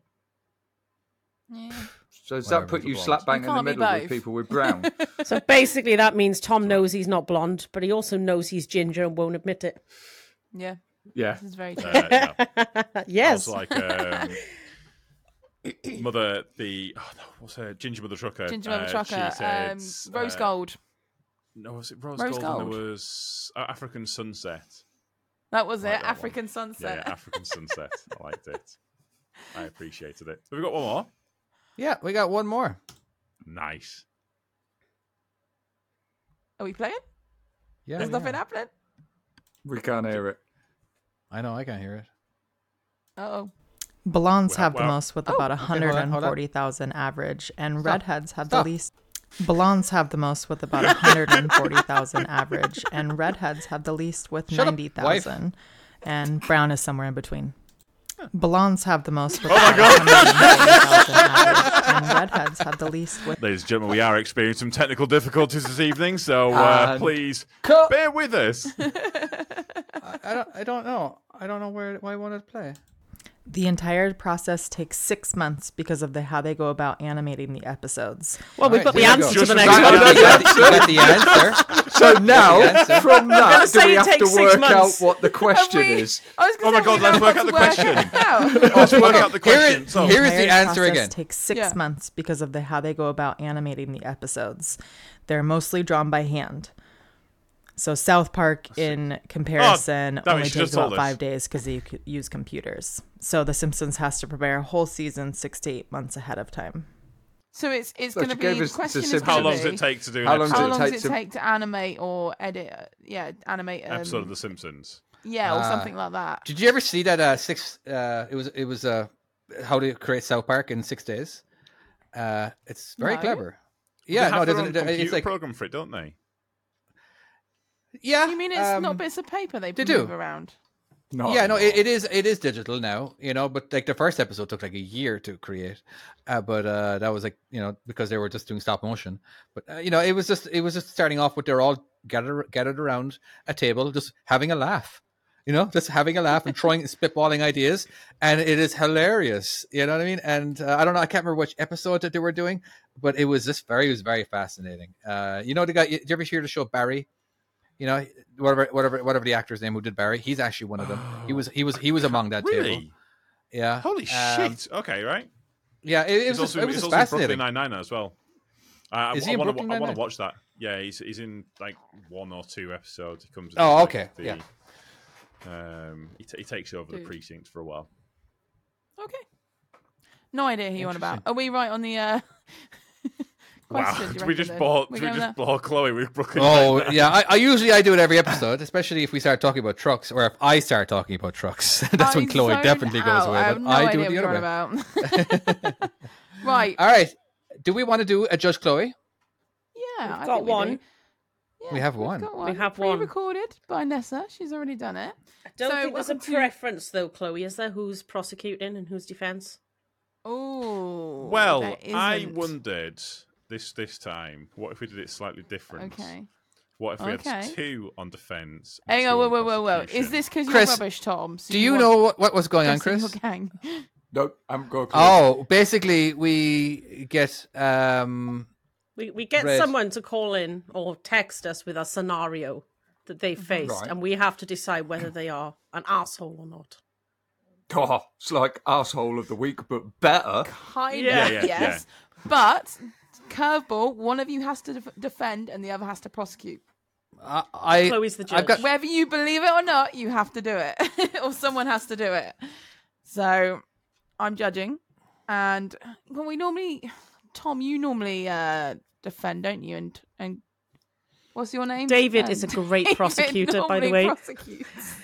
Yeah. So does Whatever, that put it's a you blonde. slap bang You in the can't be middle with both. people with brown? So basically, that means Tom knows he's not blonde, but he also knows he's ginger and won't admit it. Yeah. yeah. This is very true. Uh, yeah. yes. Also, like um, mother, the oh, no, what's her ginger mother trucker? Ginger Mother uh, Trucker, She said, um, Rose uh, Gold. No, was it Rose, Rose Gold? and Gold. there was uh, African Sunset. That was it. like that one. African Yeah, Sunset. yeah, African Sunset. I liked it. I appreciated it. Have we got one more? Yeah, we got one more. Nice. Are we playing? Yeah, There's yeah. nothing happening. We can't hear it. I know. I can't hear it. Oh, Blondes Wow, have the wow. most with about Oh, hold on, hold on. 140,000 average, and redheads have Stop. the least. Blondes have the most with about 140,000 average, and redheads have the least with Shut up, wife. 90,000. And brown is somewhere in between. Blondes have the most with Oh my about 140,000 average, and redheads have the least with. Ladies and gentlemen, we are experiencing some technical difficulties this evening, so uh, And please cut. bear with us. I, I don't. I don't know. I don't know where. Why I wanted to play. The entire process takes six months because of the, how they go about animating the episodes. Well, we've right, got the there you go. answer to Just the for You next that- one. got, you got- you got the answer. So now, from gonna that, do say we it have to takes six work out months. what the question we- is? I was Oh gonna my say, God, we let's now work have out to the question. it out. Let's work out the Here it- question. So, Oh. here- Here's the entire answer process again. Takes six Yeah. months because of the how they go about animating the episodes. They're mostly drawn by hand. So South Park, Oh, in comparison, that we only should takes just all about this. five days because they c- use computers. So The Simpsons has to prepare a whole season six to eight months ahead of time. So it's it's Well, going to she be gave the us the question is Simpsons. how gonna long does be, it take to do How an long episode, How it long take does it to- take to animate or edit? uh, Yeah, animate. Um, episode of The Simpsons? Yeah, or Ah. something like that. Did you ever see that uh six uh it was it was uh how to create South Park in six days? Uh it's very No. clever. They Yeah, have no, it their doesn't own it- it's computer like program for it, don't they? yeah. You mean it's um, not bits of paper they they move do. around? No, yeah, no, it, it is it is digital now, you know. But like the first episode took like a year to create, uh, but uh, that was like you know because they were just doing stop motion. But uh, you know, it was just it was just starting off with they're all gathered gathered around a table, just having a laugh, you know, just having a laugh and throwing spitballing ideas, and it is hilarious. You know what I mean? And uh, I don't know, I can't remember which episode that they were doing, but it was just very it was very fascinating. Uh, you know, the guy. Did you ever hear the show Barry? You know, whatever, whatever, whatever the actor's name who did Barry, he's actually one of them. He was, he was, he was among that table. Really? Yeah. Holy uh, Um, shit! Okay, right. Yeah, it, it He's was, also, it was he's just also in fascinating. Brooklyn Nine Nine as well. Uh, Is I, he in want Brooklyn to, I want Nine-Nine? to watch that. Yeah, he's he's in like one or two episodes. He comes. Oh, in, like, okay, the- Um, he, t- he takes over the Dude. precinct for a while. Okay. No idea who you're on about. Are we right on the uh, Wow, question? do you we reckon, just then? bought We we going just there? bought Chloe with Brooklyn. Oh yeah, I, I usually I do it every episode, especially if we start talking about trucks, or if I start talking about trucks. That's when I'm Chloe zoned definitely goes Oh, out. away. I But have no I do idea it the what other way. you're on about. right. All right, do we want to do a Judge Chloe? Yeah, We've I got think we do. one. Yeah, We have we've one. got We have one. Pre-recorded by Nessa. She's already done it. I don't So, think there's a welcome to- preference, though, Chloe, is there? Who's prosecuting and who's defence? Oh. Well, I wondered this this time. What if we did it slightly different? Okay. What if we Okay. had two on defence? and Hang on, two whoa, on whoa, whoa, whoa. Is prosecution? this because you're Chris, rubbish, Tom? So Do you want know what, what was going on, Chris in Chris? Your gang? Nope, I haven't got a clue. Oh, basically we get um We, we get Right. someone to call in or text us with a scenario that they faced, Right. and we have to decide whether they are an asshole or not. God, it's like asshole of the week, but better. Kind Yeah, of, yeah, yes. But curveball, one of you has to def- defend and the other has to prosecute. I, I Chloe's the I've got- judge. Whether you believe it or not, you have to do it, or someone has to do it. So I'm judging, and when we normally, Tom, you normally uh, defend, don't you? And and what's your name? David is And- a great prosecutor, by the normally way. prosecutes.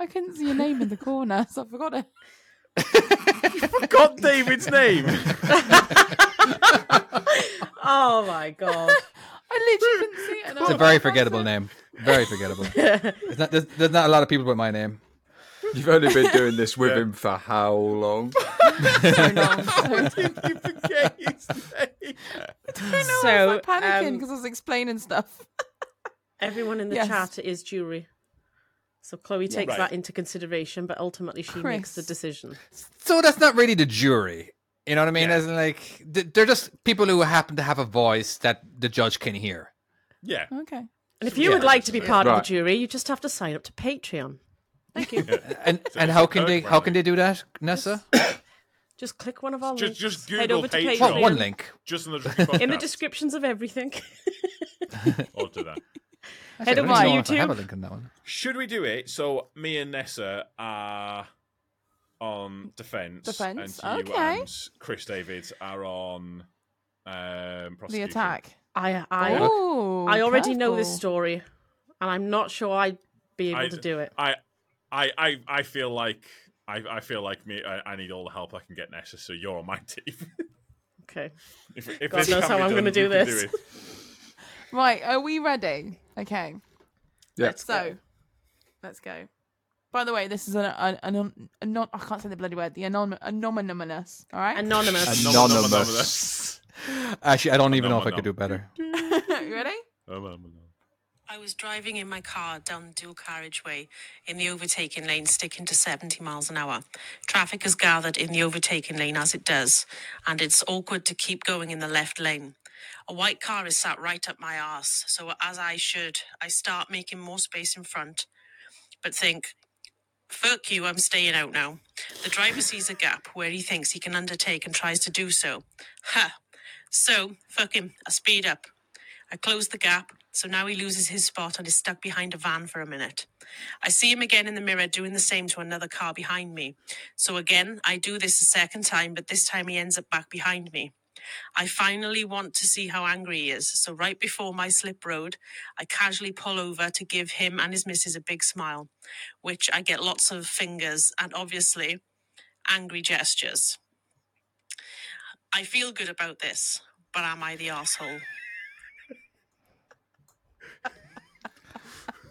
I couldn't see your name in the corner, so I forgot it. Got David's name. oh my god! I literally couldn't see it. and I It's a was very like, forgettable "What's name. Very forgettable. It's not- there's, there's not a lot of people with my name. You've only been doing this with him for how long? it?" I so was like panicking um, because I was explaining stuff. everyone in the Yes. chat is jury. So Chloe takes Right. that into consideration, but ultimately she makes the Chris. decision. so that's not really the jury. You know what I mean? As in, like, th- they're just people who happen to have a voice that the judge can hear. yeah. Okay. And if you Yeah. would like to be part of Right. the jury, you just have to sign up to Patreon. Thank you. And and how can they how can they do that, Nessa? Just click one of our Just- links. just Head Google over to Patreon. Patreon. What one link? Just in the In the podcast. descriptions of everything. I'll do that. Head I don't even over to know if I have a YouTube. link on that one. Should we do it? So me and Nessa are on defense. Defence, And you okay. and Chris David are on um, The prosecution. attack. I I Oh, I already know this curveball. story, and I'm not sure I'd be able I, to do it. I, I, I, I feel like I, I feel like me. I, I need all the help I can get, Nessa. So you're on my team. Okay. if, if God this knows can how be I'm done, gonna do you can this. it. Right, are we ready? Okay, Yeah. so let's go. By the way, this is an an, an, an I can't say the bloody word. The anon, anonymous. All right, Anonymous. Nom, nom, nom, nom, Anonymous. Actually, I don't even know if I nom, could do better. you ready? nom, nom. I was driving in my car down the dual carriageway in the overtaking lane, sticking to 70 miles an hour. Traffic has gathered in the overtaking lane as it does, and it's awkward to keep going in the left lane. A white car is sat right up my arse, so as I should, I start making more space in front, but think, Fuck you, I'm staying out now. The driver sees a gap where he thinks he can undertake and tries to do so. Ha! So, fuck him, I speed up. I close the gap, so now he loses his spot and is stuck behind a van for a minute. I see him again in the mirror doing the same to another car behind me. So again, I do this a second time, but this time he ends up back behind me. I finally want to see how angry he is, so right before my slip road, I casually pull over to give him and his missus a big smile, which I get lots of fingers and obviously angry gestures. I feel good about this, but am I the asshole?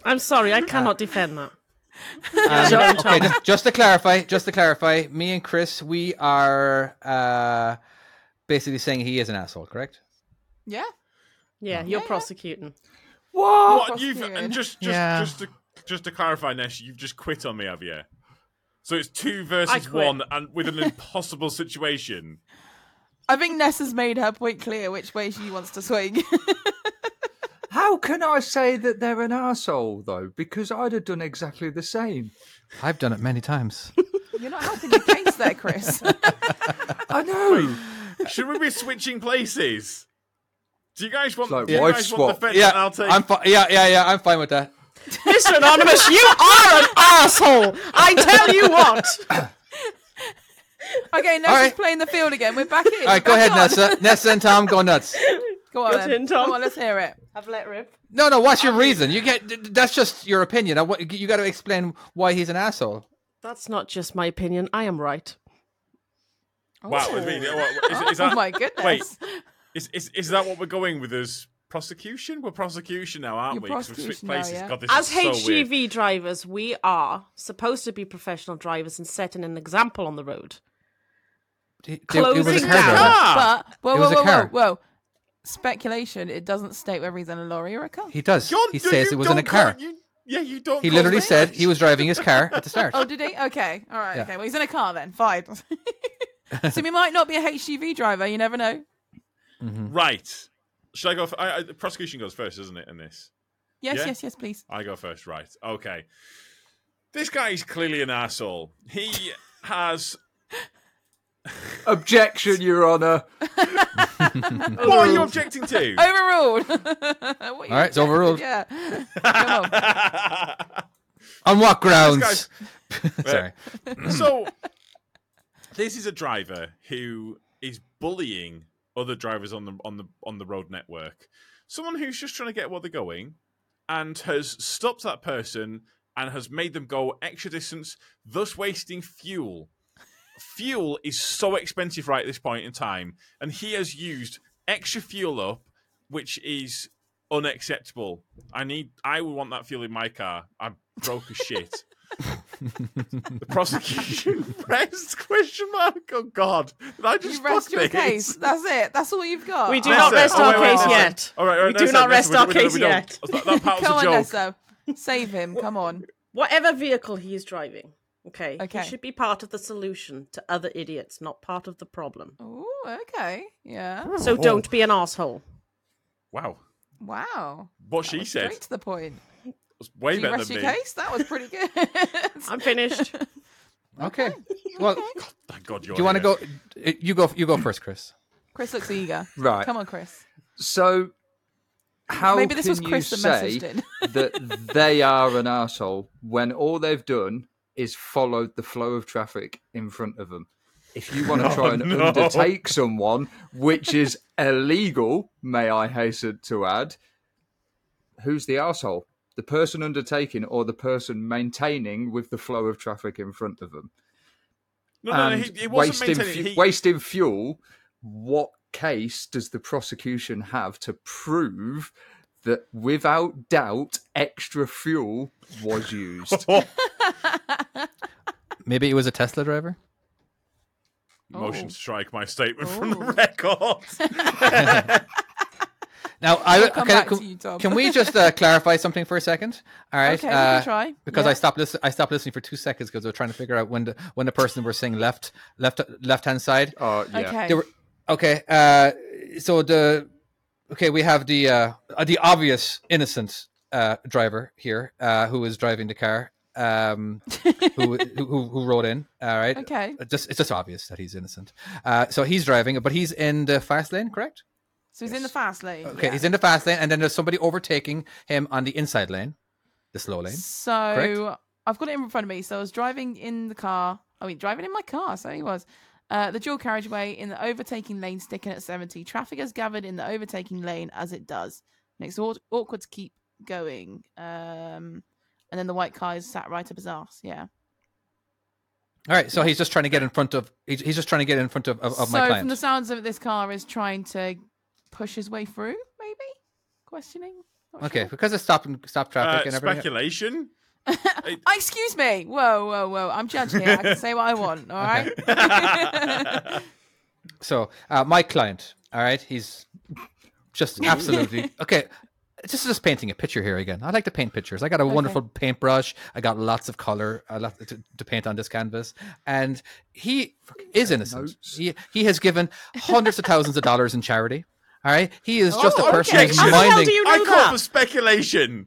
I'm sorry, I cannot defend that. Um, So- okay, just, just to clarify, just to clarify, me and Chris, we are uh, basically saying he is an asshole, correct? Yeah. Yeah, you're prosecuting. What you've prosecuted. and just just Yeah. just to just to clarify, Nesh, you've just quit on me, have you? So it's two I versus quit. one, and with an impossible situation. I think Ness has made her point clear which way she wants to swing. How can I say that they're an asshole though? Because I'd have done exactly the same. I've done it many times. You're not helping your case there, Chris. I know. Should we be switching places? Do you guys want? Like do you wife guys want swap. the fence? Yeah, and I'll take. I'm fi- yeah, yeah, yeah. I'm fine with that. Mr. Anonymous, you are an asshole. I tell you what. okay, Ness All is right. playing the field again. We're back in. All right, go ahead, Nessa. Nessa and Tom, go nuts. Go on, Your then. turn, Tom. Come on, let's hear it. I've let rip. No, no. What's your reason? You get that's just your opinion. I, wa- you got to explain why he's an asshole. That's not just my opinion. I am right. Oh. wow, I mean, what- is, is that, oh my goodness. Wait, is, is is that what we're going with? As prosecution? We're prosecution now, aren't You're we? 'Cause we've prosecution switched now, places. yeah. God, this As is so weird. HGV drivers, we are supposed to be professional drivers and setting an example on the road. It, it- it was a Closing car down. Ah! driver. Ah! But whoa, It whoa, was a whoa, whoa, car. whoa! Speculation. It doesn't state whether he's in a lorry or a car. He does. John, he do says you it was in a don't call- car. you- yeah, you don't. He call literally it- said he was driving his car at the start. Oh, did he? Okay, all right. Yeah. Okay, well he's in a car then. Fine. so he might not be a HGV driver. You never know. Mm-hmm. right. Should I go? For, I, I, the prosecution goes first, isn't it? In this, Yes, Yeah? yes, yes, please. I go first, right? Okay. This guy is clearly an asshole. He has. Objection, Your Honour. What are you objecting to? Oh, Overruled. All All right, it's overruled. Yeah. Come on. On what grounds? guy's- Sorry. so this is a driver who is bullying other drivers on the on the on the road network. Someone who's just trying to get where they're going and has stopped that person and has made them go extra distance, thus wasting fuel. Fuel is so expensive right at this point in time, and he has used extra fuel up, which is unacceptable. I need I would want that fuel in my car. I'm broke as shit. The prosecution rest question mark. Oh God! Did I just You rest fuck your this? case. That's it. That's all you've got. We do All not Nessa, rest oh, our wait, wait, case Nessa. yet. All right, all right, We do Nessa, not rest Nessa, our we don't- case we don't- yet. That, that part was Come a on, joke. Nessa. Save him. Come on. Whatever vehicle he is driving, okay, Okay. he should be part of the solution to other idiots, not part of the problem. Oh, okay. Yeah. So don't be an asshole. Wow, Wow. what she said Straight to the point. was way Do you better rest than your me. case? That was pretty good. I'm finished. Okay. Well, Thank God you're. do you want to here. go? uh, You go. You go first, Chris. Chris looks eager. Right. Come on, Chris. So, how Maybe this can was Chris you that messaged say it. that they are an asshole when all they've done is followed the flow of traffic in front of them? If you want to try and no. undertake someone, which is illegal, may I hasten to add, who's the asshole? The person undertaking or the person maintaining with the flow of traffic in front of them? No, no, no and he, he wasn't wasting maintaining. fu- he, wasting fuel. What case does the prosecution have to prove that, without doubt, extra fuel was used? Maybe it was a Tesla driver. Motion Oh. strike my statement Oh. from the record. Now, I, We'll come can, back can- to you, Tom. can we just uh, clarify something for a second? All right. Okay, uh, we can try. Because I Yeah. stopped listen- I stopped listening for two seconds because I was trying to figure out when the when the person was saying left left left hand side. Oh yeah. Okay. They were okay. Uh, so the okay we have the uh, uh, the obvious innocent uh, driver here uh, who is driving the car um, who, who who rode in. All right. okay. It Just it's just obvious that he's innocent. Uh, so he's driving, but he's in the fast lane, correct? So he's in the fast Oh, lane. Okay, yeah. he's in the fast lane, and then there's somebody overtaking him on the inside lane, the slow lane. So I've got it in front of me. So I was driving in the car. I mean, driving in my car. So he was. Uh, the dual carriageway in the overtaking lane, sticking at 70. Traffic has gathered in the overtaking lane as it does. And it's aw- awkward to keep going. Um, and then the white car is sat right up his ass. Yeah. All right, so he's just trying to get in front of. He's, he's just trying to get in front of of, of so my from client. the sounds of it, this car is trying to push his way through, maybe? Questioning? Not okay, sure. because it's stop and stop Uh, traffic and everything. speculation. Oh, excuse me. Whoa, whoa, whoa. I'm judging here. I can say what I want. All right. So uh, my client, all right, he's just absolutely okay. Just just painting a picture here again. I like to paint pictures. I got a wonderful paintbrush. I got lots of color I love to, to paint on this canvas, and he is innocent. He he has given hundreds of thousands of dollars in charity. All right, he is just a person okay. who's How the hell minding. do you know I call that? for speculation.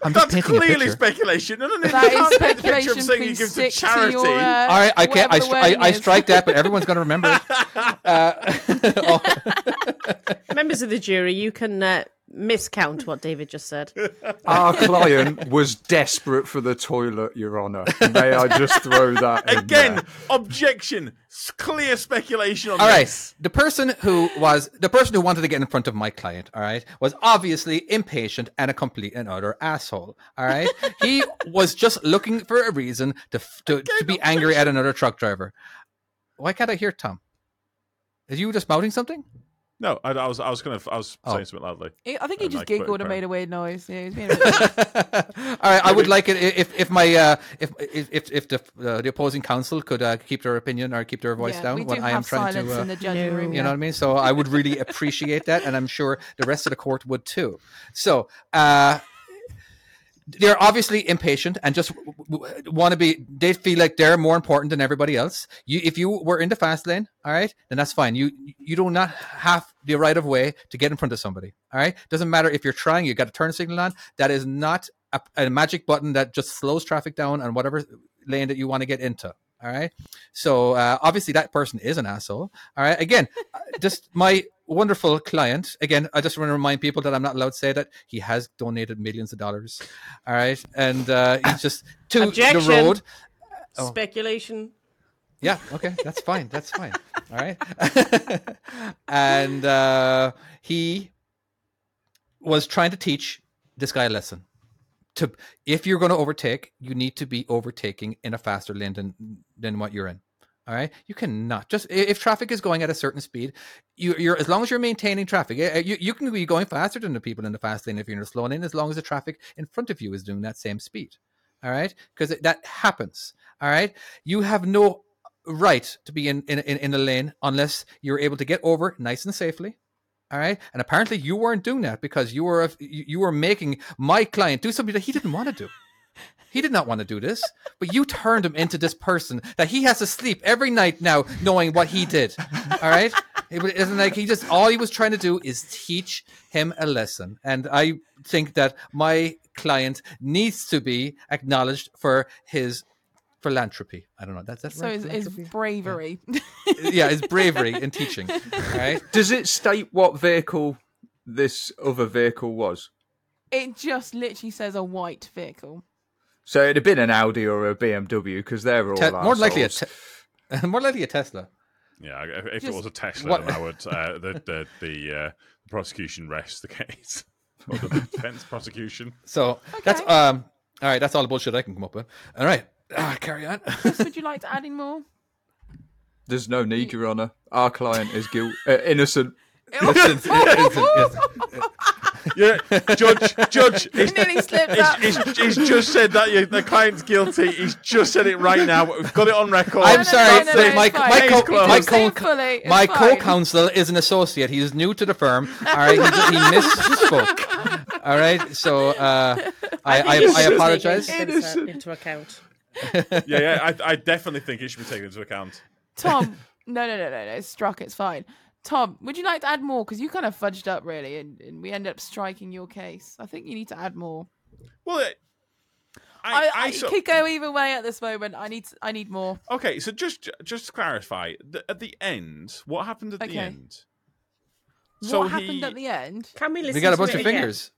I'm just That's painting a clearly picture. speculation. No, no, no, you That can't is paint the picture speculation. of saying he Please gives stick to charity. to your. Uh, all right, I can't. whatever the I, stri- I, wording I is. strike that, but everyone's going to remember it. Uh, Members of the jury, you can uh, miscount what David just said. Our client was desperate for the toilet, Your Honour. May I just throw that in Again, there? objection. S- Clear speculation on All right. this. The person who was the person who wanted to get in front of my client, all right, was obviously impatient and a complete and utter asshole. All right. he was just looking for a reason to f- to, to be angry at another truck driver. Why can't I hear Tom? Are you just mouthing something? No, I, I was, I was kind of, I was Oh. saying something loudly. I think he And, just like, put it in giggled and front. made a weird noise. Yeah, he was being a bit- all right, I would like it i- if if my uh, if if if if the uh, the opposing counsel could uh, keep their opinion or keep their voice yeah, down we when do I am have trying silence to uh, in the judging room. You know what I mean? So I would really appreciate that, and I'm sure the rest of the court would too. So uh, they're obviously impatient and just w- w- want to be. They feel like they're more important than everybody else. You, if you were in the fast lane, all right, then that's fine. You you do not have the right of way to get in front of somebody. All right, doesn't matter if you're trying. You got a turn signal on. That is not a, a magic button that just slows traffic down on whatever lane that you want to get into. All right. So uh, obviously that person is an asshole. All right. Again, uh, just my wonderful client. Again, I just want to remind people that I'm not allowed to say that he has donated millions of dollars. All right, and uh, he's just to Objection. the road. Oh. Speculation. Yeah. Okay. That's fine. That's fine. All right. and uh, he was trying to teach this guy a lesson. To if you're going to overtake, you need to be overtaking in a faster lane than than what you're in. All right. You cannot just i- if traffic is going at a certain speed, you, you're as long as you're maintaining traffic, eh, eh, you, you can be going faster than the people in the fast lane if you're in a slow lane, as long as the traffic in front of you is doing that same speed. All right. Because that happens. All right. You have no right to be in, in, in, in a lane unless you're able to get over nice and safely. All right. And apparently you weren't doing that because you were, you you were making my client do something that he didn't want to do. He did not want to do this, but you turned him into this person that he has to sleep every night now knowing what he did. All right. It wa- isn't like he just all he was trying to do is teach him a lesson. And I think that my client needs to be acknowledged for his philanthropy. I don't know. That's that's So right. is, is Philanthropy? bravery. yeah, it's bravery in teaching. All right. Does it state what vehicle this other vehicle was? it just literally says a white vehicle. So it'd have been an Audi or a BMW because they're all Te- more likely a arseholes. te- more likely a Tesla. Yeah, if, if it Just- was a Tesla, What- then I would. Uh, the the the uh, prosecution rests the case. Or the defense prosecution. So that's um all right, that's all the bullshit I can come up with. All right. Ah, carry on. Chris, would you like to add in more? There's no need, Your Honour. Our client is guilt, uh, innocent. Listen, listen, listen. Yeah, judge, judge. He's, nearly slipped up. he's, he's, he's just said that you, the client's guilty. He's just said it right now. We've got it on record. I'm no, sorry, no, no, no, my, it's fine. my, Case co- closed. my, Just say co- it fully, it's my fine. co-counsel is an associate. He's new to the firm. All right, he, just- he misspoke. All right, so uh, I, I, I, Taking apologize. instance, uh, Innocent. Into account. Yeah, yeah. I, I definitely think it should be taken into account. Tom, no, no, no, no, no. It's struck. It's fine. Tom, would you like to add more? Because you kind of fudged up, really, and, and we ended up striking your case. I think you need to add more. Well, it, I, I, I, I sort- could go either way at this moment. I need, I need more. okay. So just just to clarify, the, at the end, what happened at Okay. the end? what happened at the end? Can we listen We got a bunch to it of again? fingers.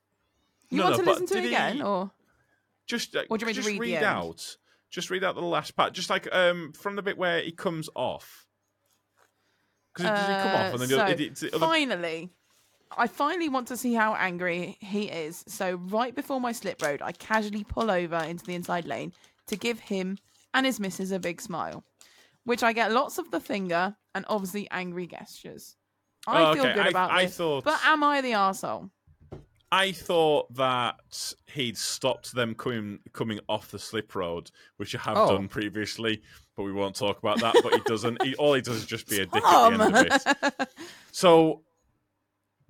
You No, want no, to but listen to it did again, he- or Just uh, What do you mean to just read the read end? out. Just read out the last part. Just like um from the bit where he comes off. Because does he come off Uh, and then so, the other, it's the other finally, I finally want to see how angry he is. So right before my slip road, I casually pull over into the inside lane to give him and his missus a big smile, which I get lots of the finger and obviously angry gestures. I Oh, feel okay, good I- about I this, thought- but am I the arsehole? I thought that he'd stopped them coming coming off the slip road, which I have Oh. done previously, but we won't talk about that. But he doesn't. He, all he does is just be a dick at the end of it. So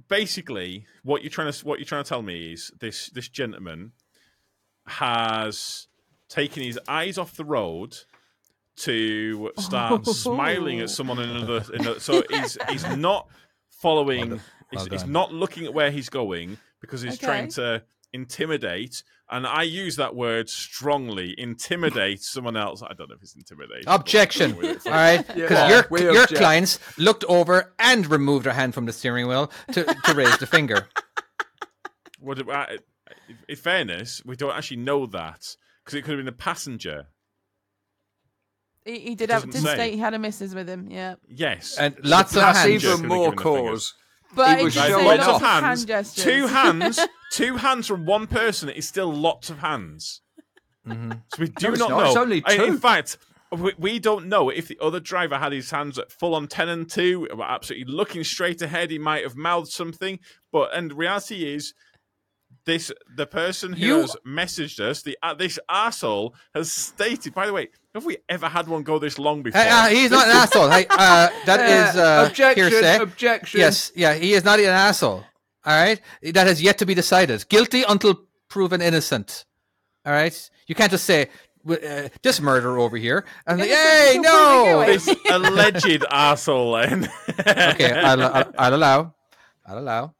basically, what you're trying to what you're trying to tell me is this this gentleman has taken his eyes off the road to start smiling at someone in another. In a, so he's he's not following. he's, he's done. not looking at where he's going because he's trying Okay. to intimidate. And I use that word strongly. Intimidate someone else. I don't know if it's intimidation. but- Objection. Well, it's All right, because Yeah, we your your object. clients looked over and removed her hand from the steering wheel to, to raise the finger. What about, in fairness, we don't actually know that because it could have been a passenger. He, he did have Doesn't did say. state he had a missus with him. Yeah, Yes. And lots of That's hands. Passenger even could've more given the fingers. cause. but He it was did say showing lots lots off. of of hand hands. gestures. two hands. two hands from one person is still lots of hands. So we do Mm-hmm. it's not. not know. It's only I- two. in fact, we, we don't know if the other driver had his hands at full on ten and two, were absolutely looking straight ahead. He might have mouthed something, but and the reality is. This the person who You- has messaged us. The uh, this asshole has stated. By the way, have we ever had one go this long before? Uh, uh, he's not an asshole. Hey, uh, that is uh, objection, hearsay. objection. Yes, yeah, he is not an asshole. All right, that has yet to be decided. Guilty until proven innocent. All right, you can't just say w- uh, this murderer over here and Innocent yay, until no. proven guilty. this alleged asshole. Then okay, I'll, I'll, I'll allow. I'll allow.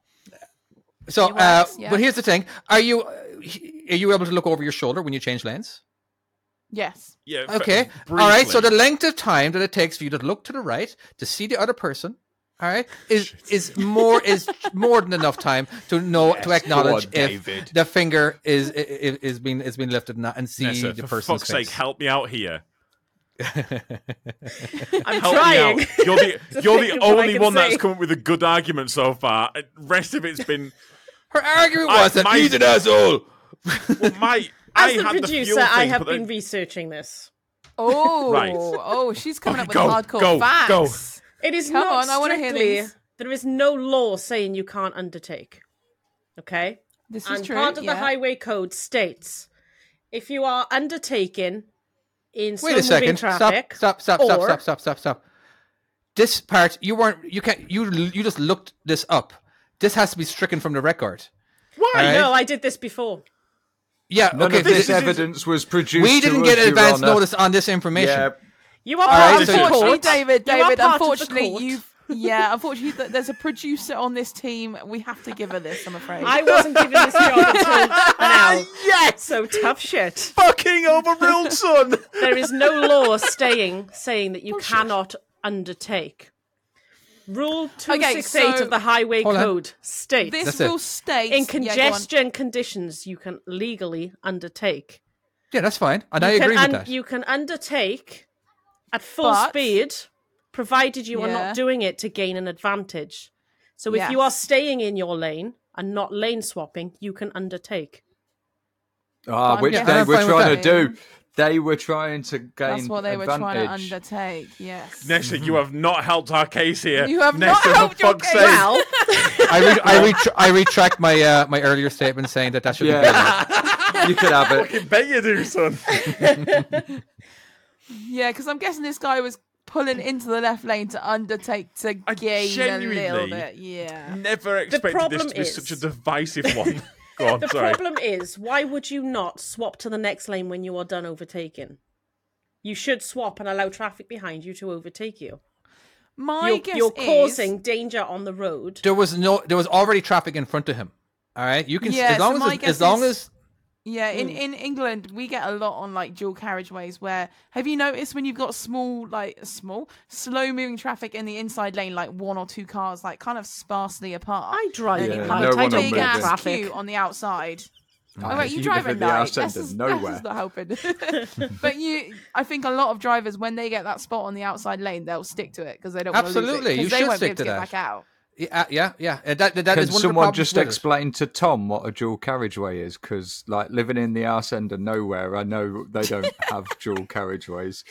So, It uh, works, yeah. but here's the thing: Are you uh, are you able to look over your shoulder when you change lanes? Yes. yeah. fa- Okay. All right. So briefly. the length of time that it takes for you to look to the right to see the other person, all right, is is more is more than enough time to know to acknowledge on, if David. the finger is is, is being is being lifted and not- and see Nessa, the for person's fuck's face. sake, help me out here. I'm Help trying. me out. You're the, you're the think of what I only can one that's say. come up with a good argument so far. The rest of it's been Her argument I- was that my- he's an asshole. well, my. I As the had the producer, fuel thing, I have but then- been researching this. Oh, Right. oh, she's coming Okay, up with go, hardcore go, facts. go. It is Come not on, I wanna hear strictly. these. there is no law saying you can't undertake. Okay, This is and true. part of yeah. the highway code states if you are undertaking in Wait a slow-moving second. traffic, Stop. Stop. Stop. Stop. or- Stop. Stop. Stop. Stop. This part you weren't. You can't. You you just looked this up. This has to be stricken from the record. Why? All right. No, I did this before. Yeah. None okay. of this th- evidence was produced. we to didn't us, get Your advance Honor. notice on this information. Yeah, You are right, part of so- the unfortunately, court. David, You are David, part of the unfortunately, court. you've yeah, unfortunately, th- there's a producer on this team. We have to give her this. I'm afraid. I wasn't given this job until now. Yes. So tough shit. fucking overruled, son. There is no law staying saying Oh, that you cannot undertake. Rule two Okay, six eight so- of the Highway Hold on. Code states this That's it. will state in yeah, go on. congestion conditions you can legally undertake. Yeah, that's fine. And I you agree with can un- that. You can undertake at full But- speed, provided you are Yeah. not doing it to gain an advantage. So if you are Yes. staying in your lane and not lane swapping, you can undertake. Ah, Fine, which yeah. they I'm were fine with trying to that. do. They were trying to gain That's what they were trying to advantage. undertake. Yes. Nesta, you have not helped our case here. You have Nesta, not helped for your fuck's case. sake. Well, I re- I, retr I retract my uh, my earlier statement saying that that should be banned. Yeah, you could have it. Fucking bet you do, son. Yeah, because I'm guessing this guy was pulling into the left lane to undertake to I gain a little genuinely- bit. Yeah. Never expected this problem to be is- such a divisive one. Go on, the sorry. problem is, why would you not swap to the next lane when you are done overtaking? You should swap and allow traffic behind you to overtake you. My You're, guess you're is causing danger on the road. There was no, there was already traffic in front of him. All right, you can Yeah, as long so my as guess as long is- as Yeah, in, in England we get a lot on like dual carriageways where have you noticed when you've got small like small slow moving traffic in the inside lane like one or two cars like kind of sparsely apart. I drive Yeah, in no light. I one don't on big moving. get ass traffic. queue on the outside. Nah, Oh, wait, you live drive at in the night. arse end That's, of just, nowhere. that's just not helping. but you, I think a lot of drivers, when they get that spot on the outside lane, they'll stick to it because they don't wanna lose it, Absolutely, 'cause you they should won't stick be able to, to get that. back out. yeah, yeah, yeah. uh, That, that, that Can is someone one of the problems just with it. explain to Tom what a dual carriageway is? Because, like, living in the arse end of nowhere, I know they don't have dual carriageways.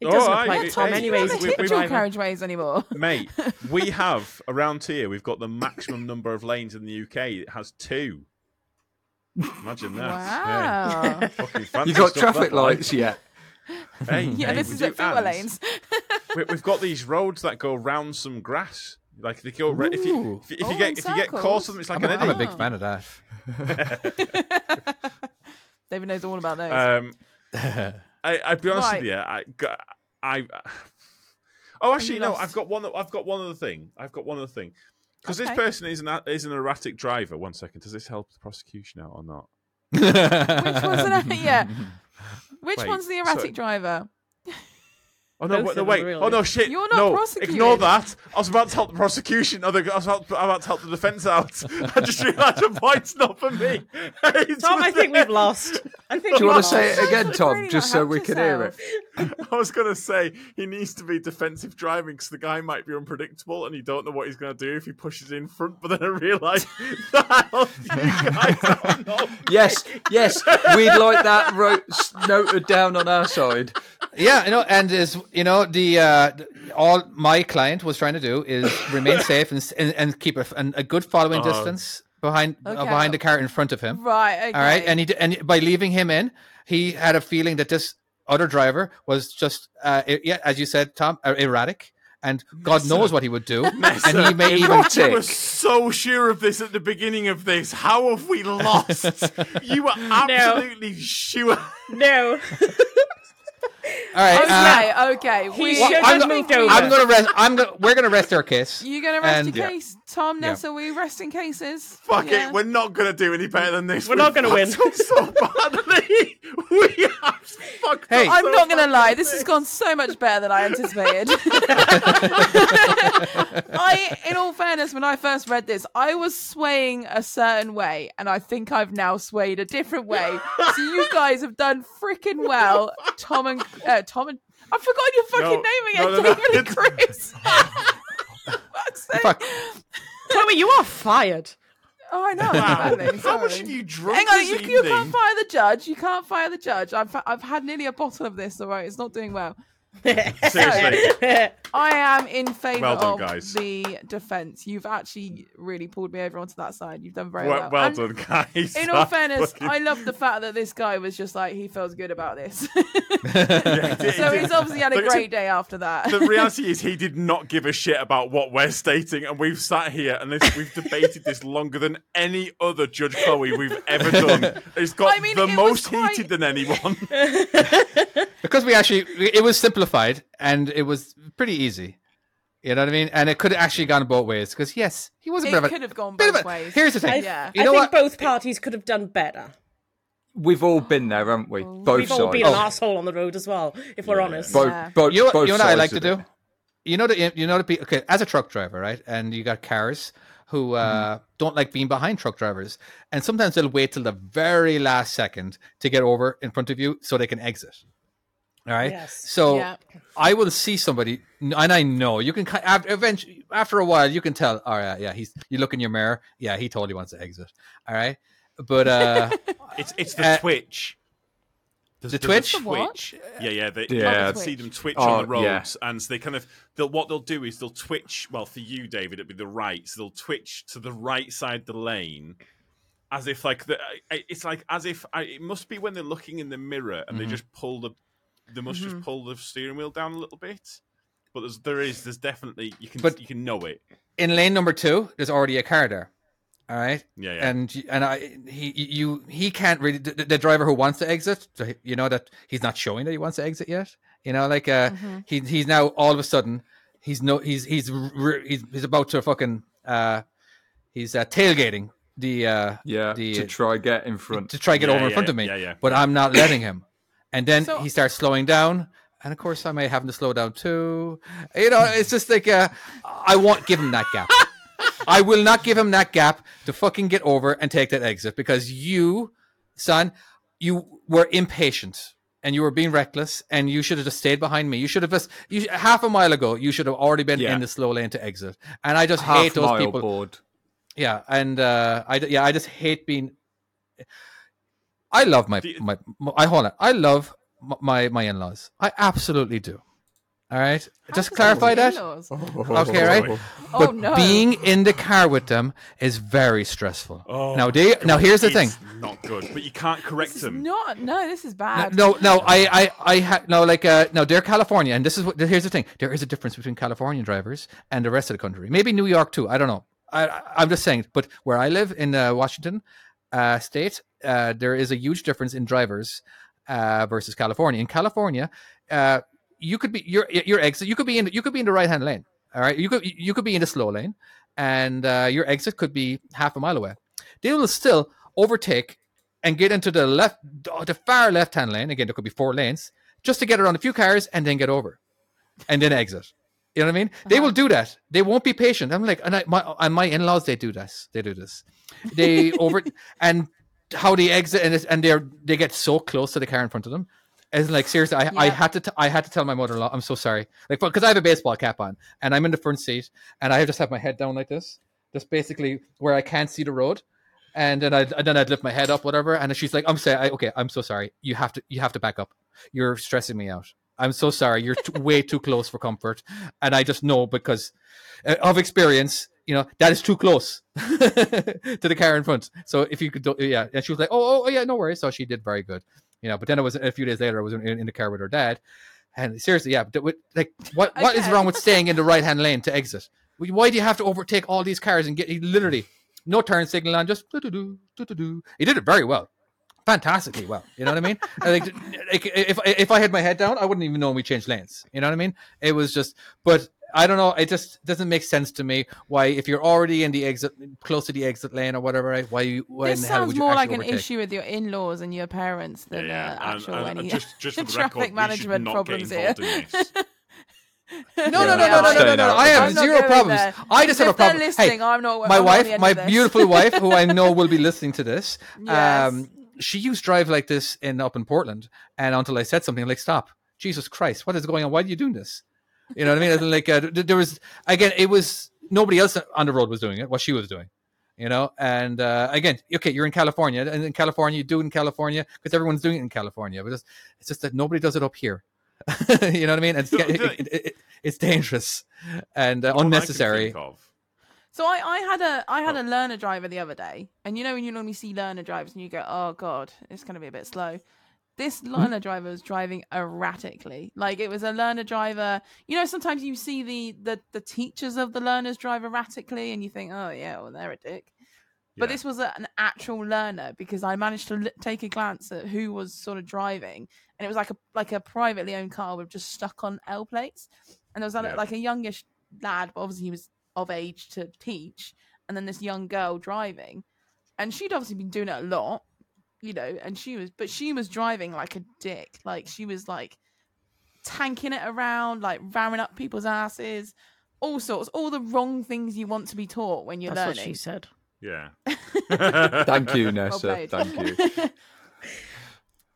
It doesn't Oh, apply I- to Tom hey, anyways. we- He's we- a we- Dual driver. carriageways anymore. Mate, we have around here, we've got the maximum number of lanes in the UK. It has two. Imagine that. Yeah. Wow. Yeah, Fucking fancy You got stuff, that, traffic like. lights yet? Hey, hey, this we is do at fewer and lanes. We, we've got these roads that go round some grass. Like they go ra- if you if, you- Ooh. if you Oh, in get if you get caught circles. something, it's like I'm, an a- I'm a idiot. big fan of that. David knows all about those. Um, I, I'd be honest Right. with you. I, g- I- oh, actually, no. lost? I've got one. I've got one other thing. I've got one other thing because Okay. this person is an a- is an erratic driver. One second. Does this help the prosecution out or not? Which one's an, yeah? Which Wait, one's the so- erratic driver? Oh no! Wait, Both no, of them, wait. really. Oh no! Shit! You're not no, prosecuted. ignore that. I was about to help the prosecution. Oh, the- I was about, I'm about to help the defense out. I just realised the point's not for me. It's Tom, for I think them. we've lost. I think Do you we've want to lost. say it again, Tom, Really just not so we helped can hear it? yourself. I was gonna say he needs to be defensive driving because the guy might be unpredictable and you don't know what he's gonna do if he pushes in front. But then I realised that you guys are not. Yes, yes, we'd like that wrote, noted down on our side. yeah, you know, and is you know the uh, th- all my client was trying to do is remain safe and s- and, and keep a, f- an- a good following distance behind uh, Okay. behind the car in front of him. Right. Okay. All right, and he d- and by leaving him in, he had a feeling that this other driver was just uh, i- yeah, as you said, Tom, uh, erratic, and God knows what he would do, and he may even You were Erratic. so sure of this at the beginning of this. How have we lost? you were absolutely sure. No. all right. uh, okay. okay. We should should have I'm, just just go- moved moved over. I'm gonna rest. I'm gonna. We're gonna rest our case. You gonna rest And- your Yeah. case, Tom Yeah. Nessa? We rest in cases. Fuck Yeah. it, we're not gonna do any better than this. We're not gonna win. fucked up so badly. we have fucked Hey. up I'm so not gonna badly. lie. This has gone so much better than I anticipated. I, in all fairness, when I first read this, I was swaying a certain way, and I think I've now swayed a different way. so you guys have done freaking well, Tom and uh, Tom and I've forgotten your fucking No, name no, again, no, no, David and Chris. Fuck's sake. Fuck. Tommy, you are fired. Oh, I know. Wow. badly, How much sorry. have you drunk Hang on, this you, evening? you can't fire the judge. You can't fire the judge. I've I've had nearly a bottle of this. All right, it's not doing well. Seriously. I am in favour Well done, of guys. the defence. You've actually really pulled me over onto that side. You've done very well. well, well And done, guys. In all That's fairness, fucking- I love the fact that this guy was just like he feels good about this. Yeah, he did- so he he's did. obviously had a Look, great day after that. The reality is, he did not give a shit about what we're stating, and we've sat here and this, we've debated this longer than any other Judge Chloe we've ever done. It's got I mean, the it was most quite- heated than anyone. because we actually it was simplified and it was pretty easy you know what i mean and it could have actually gone both ways because yes he was a bit It of a- could have gone bit of both a- ways. here's the thing I, Yeah. you I know think what both parties could have done better. We've all been there, haven't we? Both We've sides. Oh, all been an asshole on the road as well, if we're honest. Both, Yeah. both, you know, what- Oh, both you know what i sides like to of do it. you know the you know the pe- okay as a truck driver right and you got cars who uh, Mm-hmm. don't like being behind truck drivers and sometimes they'll wait till the very last second to get over in front of you so they can exit all right Yes. so Yeah. I will see somebody, and I know you can. ki- af- Eventually, after a while, you can tell. All right, yeah, he's. You look in your mirror. Yeah, he totally wants to exit. All right, but uh, It's it's the Uh, twitch. There's, The there's twitch? a The what? Yeah, yeah. They, Yeah. I see them twitch Oh, on the yeah. roads, and they kind of they'll, what they'll do is they'll twitch. Well, for you, David, it'd be the right. So they'll twitch to the right side the lane, as if like the, I- it's like as if I, it must be when they're looking in the mirror and they Mm-hmm. just pull the they must Mm-hmm. just pull the steering wheel down a little bit. But there's, there is there's definitely you can But- you can know it. in lane number two, there's already a car there. All right. Yeah, yeah. And y- and I he you he can't really the, the driver who wants to exit. so he- You know that he's not showing that he wants to exit yet. You know, like uh, he he's now all of a sudden he's no he's he's re- he's he's about to fucking uh he's uh, tailgating the uh Yeah, the to try get in front. to try to get Yeah, over in yeah, front of me. yeah, yeah. But I'm not letting him. And then So- he starts slowing down. And of course, I may have him to slow down too. You know, it's just like uh, I won't give him that gap. I will not give him that gap to fucking get over and take that exit because you, son, you were impatient and you were being reckless and you should have just stayed behind me. You should have just you, half a mile ago. You should have already been Yeah. in the slow lane to exit. And I just Half hate those mile people. board. Yeah, and uh, I d- yeah, I just hate being. I love my The- my. my I hold on. I love m- my my in laws. I absolutely do. All right, How just does clarify that that. work? Okay, right. Oh, but no. being in the car with them is very stressful. Oh now they now here's the thing. It's not good, but you can't correct This is them. not. No, this is No, bad. no, no, I, I, I ha- no, like, uh, no, they're California, and this is what. Here's the thing: there is a difference between Californian drivers and the rest of the country. Maybe New York too. I don't know. I, I, I'm just saying. But where I live in uh, Washington uh, State, uh, there is a huge difference in drivers uh, versus California. In California, uh, you could be your your exit. You could be in you could be in the right hand lane. All right, you could you could be in the slow lane, and uh, your exit could be half a mile away. They will still overtake and get into the left, the far left hand lane. Again, there could be four lanes just to get around a few cars and then get over, and then exit. You know what I mean? They will do that. They won't be patient. I'm like, and I, my and my in laws, they do this. They do this. They over and how they exit and it's, and they're they get so close to the car in front of them. It's like seriously, I, I Yeah. had to t- I had to tell my mother in law, I'm so sorry, like because I have a baseball cap on and I'm in the front seat and I just have my head down like this, just basically where I can't see the road and then I'd and then I'd lift my head up, whatever. And she's like, "I'm sorry, I, okay, I'm so sorry. You have to you have to back up. You're stressing me out. I'm so sorry. You're t- way too close for comfort." And I just know because uh, of experience, you know that is too close to the car in front. So if you could, do, yeah. And she was like, "Oh, oh, oh, yeah, no worries." So she did very good, you know. But then it was a few days later. I was in, in the car with her dad, and seriously, yeah. But with- like, what what is Okay. wrong with staying in the right hand lane to exit? Why do you have to overtake all these cars and get literally? no turn signal on, just do do do do do do. He did it very well, fantastically well. You know what I mean? like, like, if if I had my head down, I wouldn't even know we changed lanes. You know what I mean? It was just, but I don't know. It just doesn't make sense to me why, if you're already in the exit, close to the exit lane or whatever, right, why you why in This the hell sounds would you more actually like an overtake? issue with your in-laws and your parents than uh, Yeah, and- actual and- and any just- just for the traffic record, we should management not get problems here. involved in this. Yeah, No, no, no, no, I'm no, no, no, staying no. out of I have it. I'm not zero going problems. there. I just If have a they're problem. hey, listening, I'm not- I'm not my on wife, the end my of this. beautiful wife, who I know will be listening to this. Um, she used to drive like this in up in Portland, and until I said something like, "Stop, Jesus Christ, what is going on? Why are you doing this?" You know what I mean? And, like uh, th- there was again, it was nobody else on the road was doing it. What she was doing. You know, and uh, again, okay, you're in California, and in California, you do it in California because everyone's doing it in California. But it's, it's just that nobody does it up here. you know what I mean? And it's, No, it, no. it- it- it's dangerous and uh, All I can unnecessary. think of- So I, I had a I had a learner driver the other day, and you know when you normally see learner drivers and you go, oh god, it's going to be a bit slow. This learner driver was driving erratically, like it was a learner driver. You know, sometimes you see the the the teachers of the learners drive erratically, and you think, oh yeah, well they're a dick. But Yeah. this was a, an actual learner because I managed to l- take a glance at who was sort of driving, and it was like a like a privately owned car with just stuck on L plates, and there was a- Yeah. like a youngish lad, but obviously he was of age to teach, and then this young girl driving, and she'd obviously been doing it a lot, you know, and she was, but she was driving like a dick, like she was like tanking it around, like ramming up people's asses, all sorts, all the wrong things you want to be taught when you're That's what learning. she said. Yeah. Thank you, Well Nessa. played. Thank you.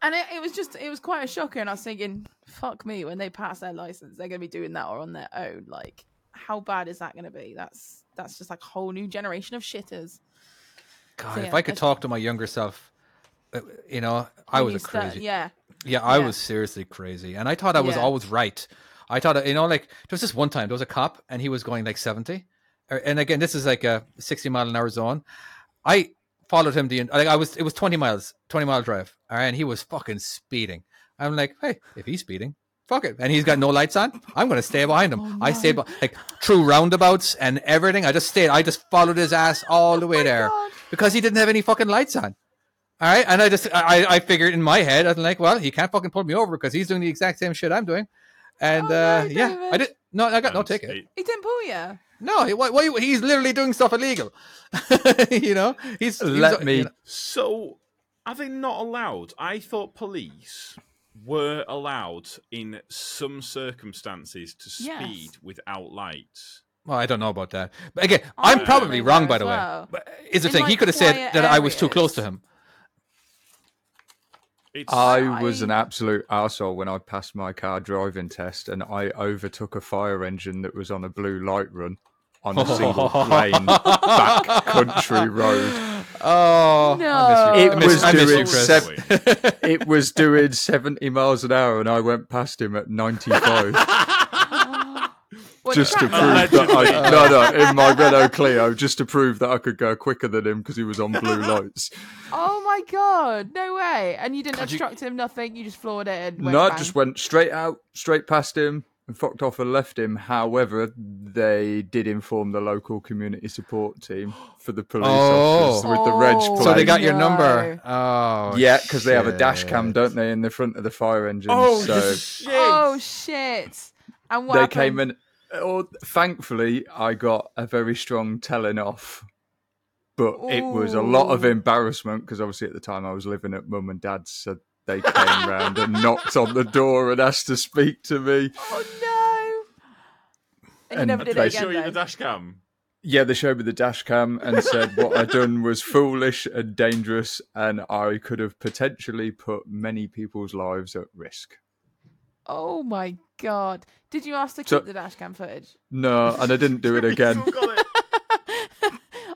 and it, it was just, it was quite a shocker. And I was thinking, fuck me, when they pass their license, they're going to be doing that or on their own. Like, how bad is that going to be? That's that's just like a whole new generation of shitters. God, So, if yeah, I could I- talk to my younger self, uh, you know, I When was you a start- crazy. yeah. Yeah, I Yeah. was seriously crazy, and I thought I was Yeah. always right. I thought, you know, like there was this one time there was a cop, and he was going like seventy, Uh, and again, this is like a sixty mile an hour zone. I followed him the like I was it was twenty miles, twenty mile drive, all right, and he was fucking speeding. I'm like, hey, if he's speeding. Fuck it, and he's got no lights on. I'm gonna stay behind Oh him. I stayed be- like through roundabouts and everything. I just stayed. I just followed his ass all the way there Oh God. because he didn't have any fucking lights on. All right, and I just I I figured in my head I'm like, well, he can't fucking pull me over because he's doing the exact same shit I'm doing, and Oh, uh, no, yeah, David. I did no, I got no And ticket. he- He didn't pull you. No, he, why, why, he's literally doing stuff illegal. you know, he's, he's Let you me- know- So, are they not allowed? I thought police were allowed in some circumstances to speed Yes. without lights. well, I don't know about that, but again, I I'm don't probably know wrong that by as the way. well. But it's the In, thing he like, could have said quiet that I was too close to areas. him. It's I was an I- absolute asshole when I passed my car driving test and I overtook a fire engine that was on a blue light run on a single lane back country road. Oh, I miss you. It I miss- was I miss you, doing Chris. seven- It was doing 70 miles an hour and I went past him at 95 Well, just to prove crap. that I, no, no, in my Renault Clio, just to prove that I could go quicker than him because he was on blue lights. Oh my god, no way! And you didn't you- obstruct him, nothing. You just floored it and went No, I bang. just went straight out, straight past him, and fucked off and left him. However, they did inform the local community support team for the police officers Oh. with the reg Oh. plate. So they got your No. number. Oh, yeah, because they have a dash cam, shit. don't they, in the front of the fire engine? so shit! Oh shit! And what they happened? came in. Oh, thankfully, I got a very strong telling off. But it was a lot of Ooh. embarrassment because obviously at the time I was living at mum and dad's, so they came round and knocked on the door and asked to speak to me. Oh no! And you And never did they it They again. show you the though. dash cam. Yeah, they showed me the dash cam and said what I'd done was foolish and dangerous, and I could have potentially put many people's lives at risk. Oh my god! Did you ask to keep So- the dash cam footage? No, and I didn't do it again. Still got it.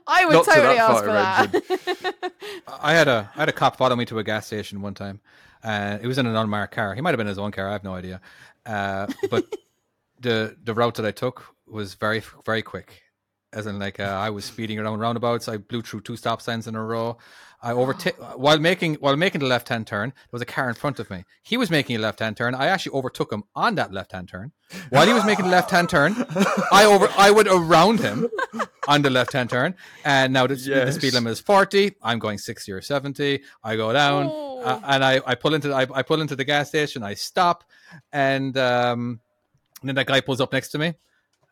I would Not to that totally ask fire for that. I had a I had a cop follow me to a gas station one time. Uh, it was in an unmarked car. He might have been his own car. I have no idea. Uh, but the the route that I took was very very quick. As in, like uh, I was speeding around roundabouts. I blew through two stop signs in a row. I overtook while making while making the left hand turn. There was a car in front of me. He was making a left hand turn. I actually overtook him on that left hand turn. While he was making the left hand turn, I over I went around him on the left hand turn. And now the, the speed Yes. limit is forty. I'm going sixty or seventy. I go down Oh. uh, and I, I pull into I, I pull into the gas station. I stop, and um, and then that guy pulls up next to me.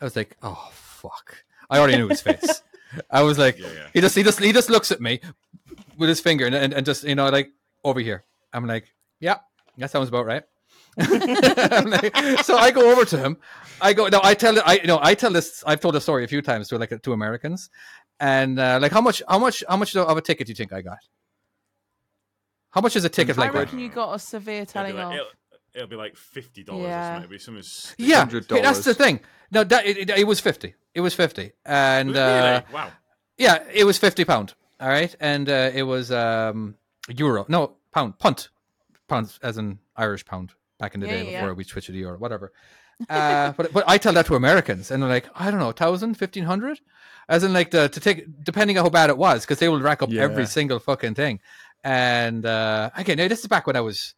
I was like, oh fuck! I already knew his face. I was like, yeah. he just he just he just looks at me with his finger and, and, and just you know like over here. I'm like, yeah, that sounds about right. I'm like- so I go over to him. I go no. I tell I no. I tell this. I've told the story a few times to like to Americans, and uh, like how much how much how much of a ticket do you think I got? How much is a ticket I like? reckon you got a severe It'll be telling like, off. it'll, it'll be like fifty dollars. Yeah. It'll be something. stupid. Yeah, $100. that's the thing. No, that it, it, it was fifty. It was fifty, and Really? uh, wow. yeah, it was fifty pound. All right, and uh, it was um euro. No pound, punt, pounds as an Irish pound back in the Yeah, day yeah, yeah. before we switched to the euro, whatever. Uh, but but I tell that to Americans, and they're like, I don't know, thousand, fifteen hundred, as in like the to take depending on how bad it was, because they will rack up every Yeah. single fucking thing. And uh, again, now this is back when I was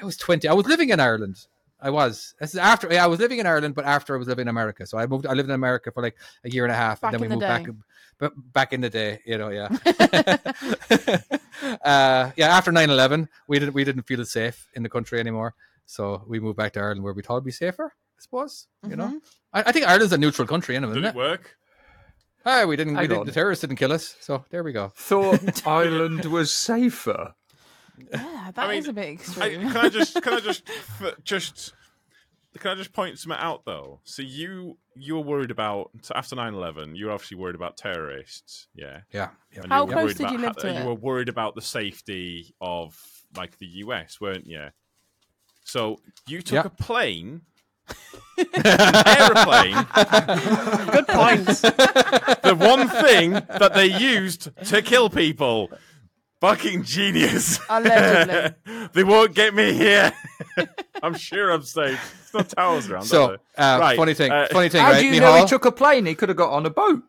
I was 20. I was living in Ireland. I was. This is after yeah, I was living in Ireland, but after I was living in America. So I moved. I lived in America for like a year and a half, Back and then we in the moved back. day. But back in the day, you know, yeah, uh, yeah. After 9-11, we didn't we didn't feel it safe in the country anymore, so we moved back to Ireland where we thought it'd be safer. I suppose you Mm-hmm. know. I, I think Ireland's a neutral country, anyway, Did isn't it? it work? Ah, we didn't. We Hang didn't on. the terrorists didn't kill us, so there we go. Thought Ireland was safer. Yeah, that is mean, a bit I, extreme. can I just can I just f- just can I just point something out though? So you you were worried about so after 9-11, you were obviously worried about terrorists, yeah. Yeah, yeah. And How you were close worried did about you live ha- to You it? were worried about the safety of like the US, weren't you? So you took Yeah. a plane, airplane, Good point. the one thing that they used to kill people. Fucking genius. Allegedly. they won't get me here. I'm sure I'm safe. It's not towers around. So, are there? uh, Right, funny thing, uh, funny thing, How right? do you know he Mihal? took a plane? He could have got on a boat.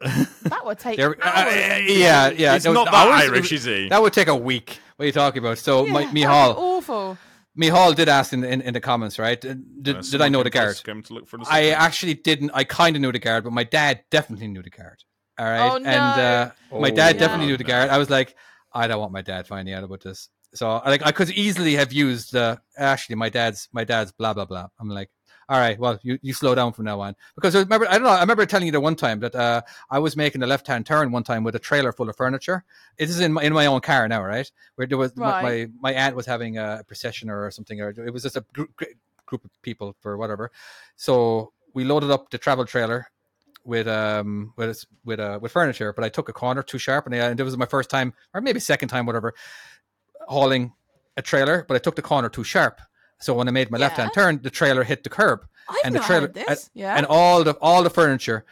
That would take Ah, There- uh, hours. yeah, yeah. He's no, not that hours- Irish, is he? That would take a week. What are you talking about? So, Yeah, oh, my, that'd be Mihal, Awful. Mihal did ask in, in, in the comments, right? Did, Uh, did I someone know the can tell us guard? to come to look for us. I actually didn't. I kind of knew the guard, but my dad definitely knew the guard. All right, Oh, and uh, my dad Oh, definitely no. knew the guard. I was like, I don't want my dad finding out about this. So I- like, I could easily have used uh, actually my dad's my dad's blah blah blah. I'm like, all right, well you, you slow down from now on because I remember I don't know I remember telling you the one time that uh, I was making a left hand turn one time with a trailer full of furniture. It is in my, in my own car now, right? Where there was my my, Right. my aunt was having a procession or something, or it was just a gr- gr- group of people for whatever. So we loaded up the travel trailer with um with s- with uh with furniture, but I took a corner too sharp, and, I, and it was my first time or maybe second time, whatever, hauling a trailer. But I took the corner too sharp, so when I made my left hand turn, the trailer hit the curb, I've and not the trailer heard this. and- yeah. and all the all the furniture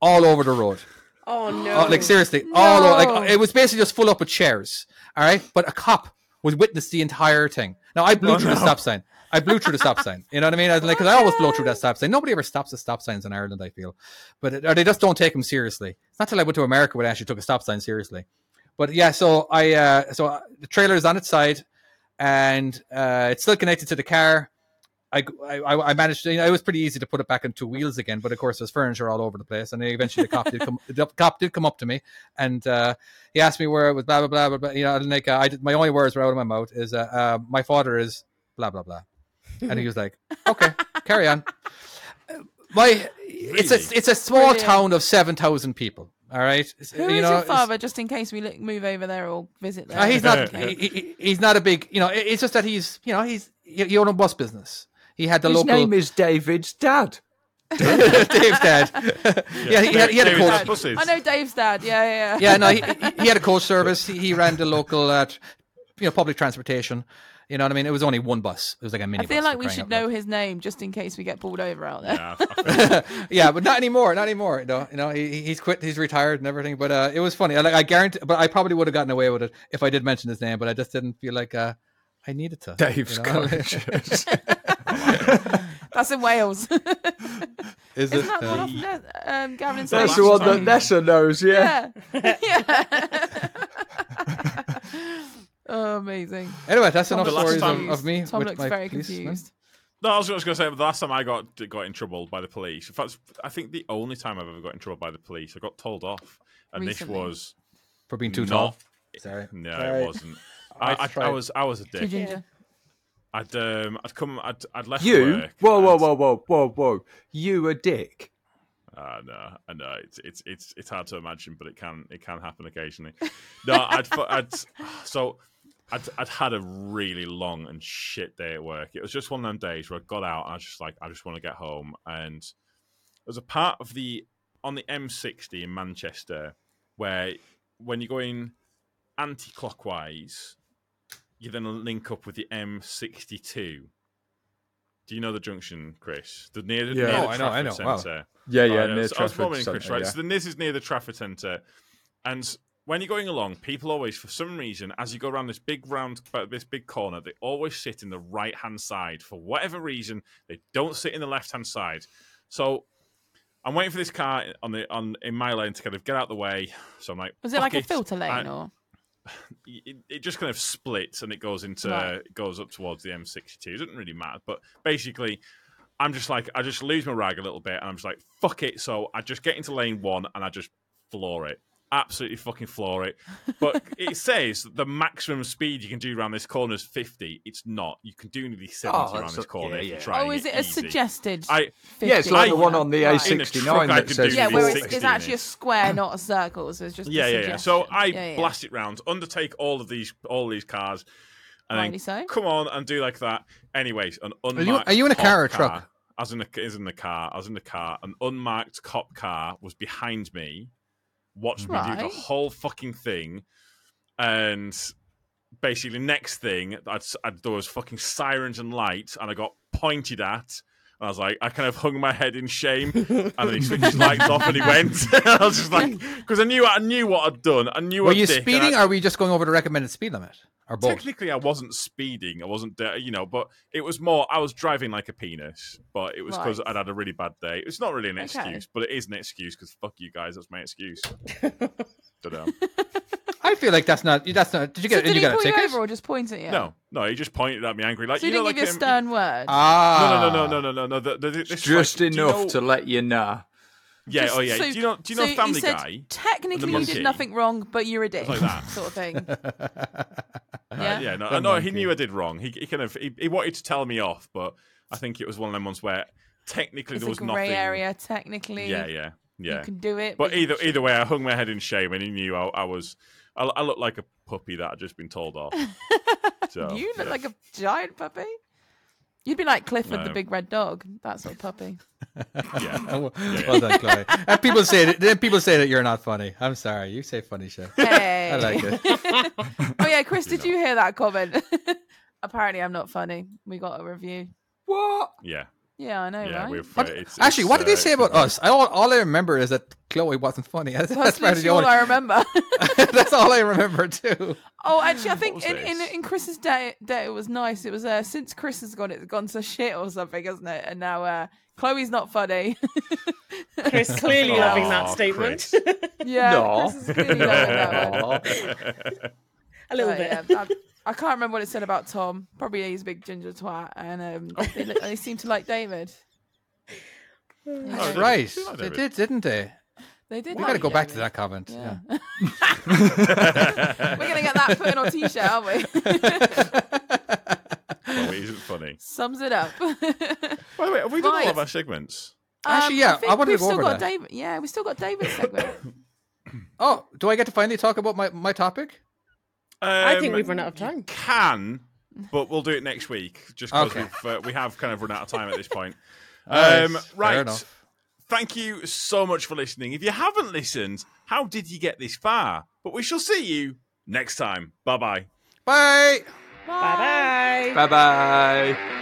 all over the road. Oh no! Oh, like seriously, all over, No. like uh, it was basically just full up with chairs. All right, but a cop was witnessed the entire thing. Now I blew Oh, through the no. stop sign. I blew through the stop sign. You know what I mean? I was like, 'cause I always blow through that stop sign. Nobody ever stops at stop signs in Ireland. I feel, but it, or they just don't take them seriously. It's not till I went to America when I actually took a stop sign seriously. But yeah, so I uh, so uh, the trailer is on its side, and uh, it's still connected to the car. I, I, I managed to, you know, it was pretty easy to put it back on two wheels again, but of course there's furniture all over the place. And eventually the cop did come, the cop did come up to me and, uh, he asked me where it was, blah, blah, blah, blah, blah. You know, and like, uh, I did, my only words were out of my mouth is, uh, uh, my father is blah, blah, blah. And he was like, okay, carry on. Uh, My, it's Really? a, it's a small Brilliant. town of 7,000 people. All right. It's- Who is you know, your it's- father, just in case we look, move over there or visit there? uh, he's not. Yeah. he, he- he's not a big. You know, it- it's just that he's. You know, he's. He, he owned a bus business. He had the His local. name is David's dad. Dave's dad. yeah, he had, he had a Dave's coach. dad. buses. I know Dave's dad. Yeah, yeah, yeah. Yeah, no, he, he- he had a coach service. He, he ran the local, uh, tr- you know, public transportation. You know what I mean? It was only one bus. It was like a mini. I feel like we should know his name just in case we get pulled over out there. Yeah, I- I- yeah, but not anymore. Not anymore. No, you know, he, he- he's quit. He's retired and everything. But uh, it was funny. I, like, I guarantee. But I probably would have gotten away with it if I did mention his name. But I just didn't feel like uh, I needed to. Dave's you know? coaches. That's in Wales. Isn't Is it, that one uh, off there, um, Gavin and That's That's the the Last one one that that time. Nessa knows, yeah. Yeah. yeah. oh, amazing. Anyway, that's Tom enough looks stories of, confused. of me. Tom with looks my very policeman. confused. No, I was just going to say, but the last time I got got in trouble by the police, in fact, I think the only time I've ever got in trouble by the police, I got told off, and Recently. this was for being too not- tall. Sorry. no, Sorry. it wasn't. I, I, I tried. was I was a Too dick. ginger. I'd um, I'd come, I'd, I'd left You? work. Whoa, whoa, and- whoa, whoa, whoa, whoa. You a dick. I know, I know. uh, It's it's it's it's hard to imagine, but it can it can happen occasionally. No, I'd, fu- I'd so I'd I'd had a really long and shit day at work. It was just one of them days where I got out and I was just like, I just want to get home. And there was a part of the on the M60 in Manchester where when you're going anti-clockwise, you then link up with the M62. Do you know the junction, Chris? The near, Yeah. near the Oh, I know, I traffic know, wow. centre. Yeah, Right, so I was filming in Crich, right? So the this is near the Trafford Centre, and when you're going along, people always, for some reason, as you go around this big round, about this big corner, they always sit in the right hand side for whatever reason. They don't sit in the left hand side. So I'm waiting for this car on the on in my lane to kind of get out of the way. So I'm like, Was it like "Fuck a filter lane I- or? it, it just kind of splits and it goes into Right. it goes up towards the M62. It doesn't really matter, but basically, I'm just like I just lose my rag a little bit, and I'm just like fuck it. So I just get into lane one and I just floor it, absolutely fucking floor it. But it says that the maximum speed you can do around this corner is 50. It's not. You can do nearly 70 Oh, around that's this a- corner yeah, if you're yeah. trying. Oh, is it a It's easy. suggested? I 50? Yeah, it's like the I- one on the Right. In the A69 truck, I that could says do Yeah, the where it's, 60 it's in actually a it. square, not a circle. So it's just a yeah, yeah, yeah. So suggestion. I Yeah, yeah. blast it round, undertake all of these all these cars, and Rightly so. then come on and do like that. Anyways, an unmarked. are you in a cop car or a truck? As in the is in the car. As in the car. An unmarked cop car was behind me, watched me do Right. the whole fucking thing, and basically next thing I'd, I'd, there was fucking sirens and lights, and I got pointed at. I was like, I kind of hung my head in shame, and then he switched his lights off and he went. I was just like, because I knew I knew what I'd done. I knew. Were a you dick, and speeding? I- or Are we just going over the recommended speed limit? Or both? Technically, I wasn't speeding. I wasn't, uh, you know, but it was more. I was driving like a penis, but it was because Right. I'd had a really bad day. It's not really an Okay. excuse, but it is an excuse because fuck you guys. That's my excuse. Dunno. I feel like that's not. That's not. Did you So get? did you he get a pull you ticket? over or just point at you? No, no. He just pointed at me angry, like So he you know, didn't like um, uh, give you a him- stern word. Ah, No, no, no, no, no, no, no. The, the, the, this, Just like, do you enough know- to let you know. Yeah, Just- oh yeah. so- do you know? Do you know so he Family said, Guy? Technically, you monkey. did nothing wrong, but you're a dick, like that. sort of thing. Uh, yeah. yeah, no, The no, he monkey. knew I did wrong. He, he kind of he, he wanted to tell me off, but I think it was one of them ones where technically It's there a was grey nothing. area, technically. Yeah, yeah, yeah. You can do it. But you either shouldn't. either way, I hung my head in shame, and he knew I, I was. I, I looked like a puppy that had just been told off. So, You look yeah. like a giant puppy. You'd be like Clifford the No. big red dog, that sort of puppy. yeah. well, well done, Chloe. And people say that then people say that you're not funny. I'm sorry. You say funny shit. Hey. I like it. Oh yeah, Chris, did you hear that comment? Apparently, I'm not funny. We got a review. What? yeah, Yeah, I know, yeah. right? We've, uh, What- it's, Actually, it's, what did uh, they say it's about been- us? I, all, all I remember is that Chloe wasn't funny. That's, That's, probably the literally all only. I remember. that's all I remember too. oh, actually, I think was in, in this? in Chris's day, day it was nice. It was uh, since Chris has gone, it's gone to shit or something, hasn't it? And now uh, Chloe's not funny. Chris clearly Oh, loving that Aw, statement. Chris. yeah, No. Chris is clearly not in that one. a little Oh, bit. yeah, I- I can't remember what it said about Tom. Probably he's a big ginger twat, and Oh. um, they, they seem to like David. Oh, That's they- right. they like They David. did, didn't they? They did. We like got to go back to David. that comment. Yeah. Yeah. We're gonna get that put in our t-shirt, aren't we? Well, it isn't funny. Sums it up. By the way, have we done all Right. of our segments? Actually, yeah, I Um, think wanted to we've go still over got that. David. Yeah, we still got David's segment. Oh, do I get to finally talk about my, my topic? I think Um, we've run out of time. Can, but we'll do it next week. Just because Okay. we've uh, we have kind of run out of time at this point. Alright, Um, fair right. enough. Thank you so much for listening. If you haven't listened, how did you get this far? But we shall see you next time. Bye bye. Bye. Bye bye. Bye bye.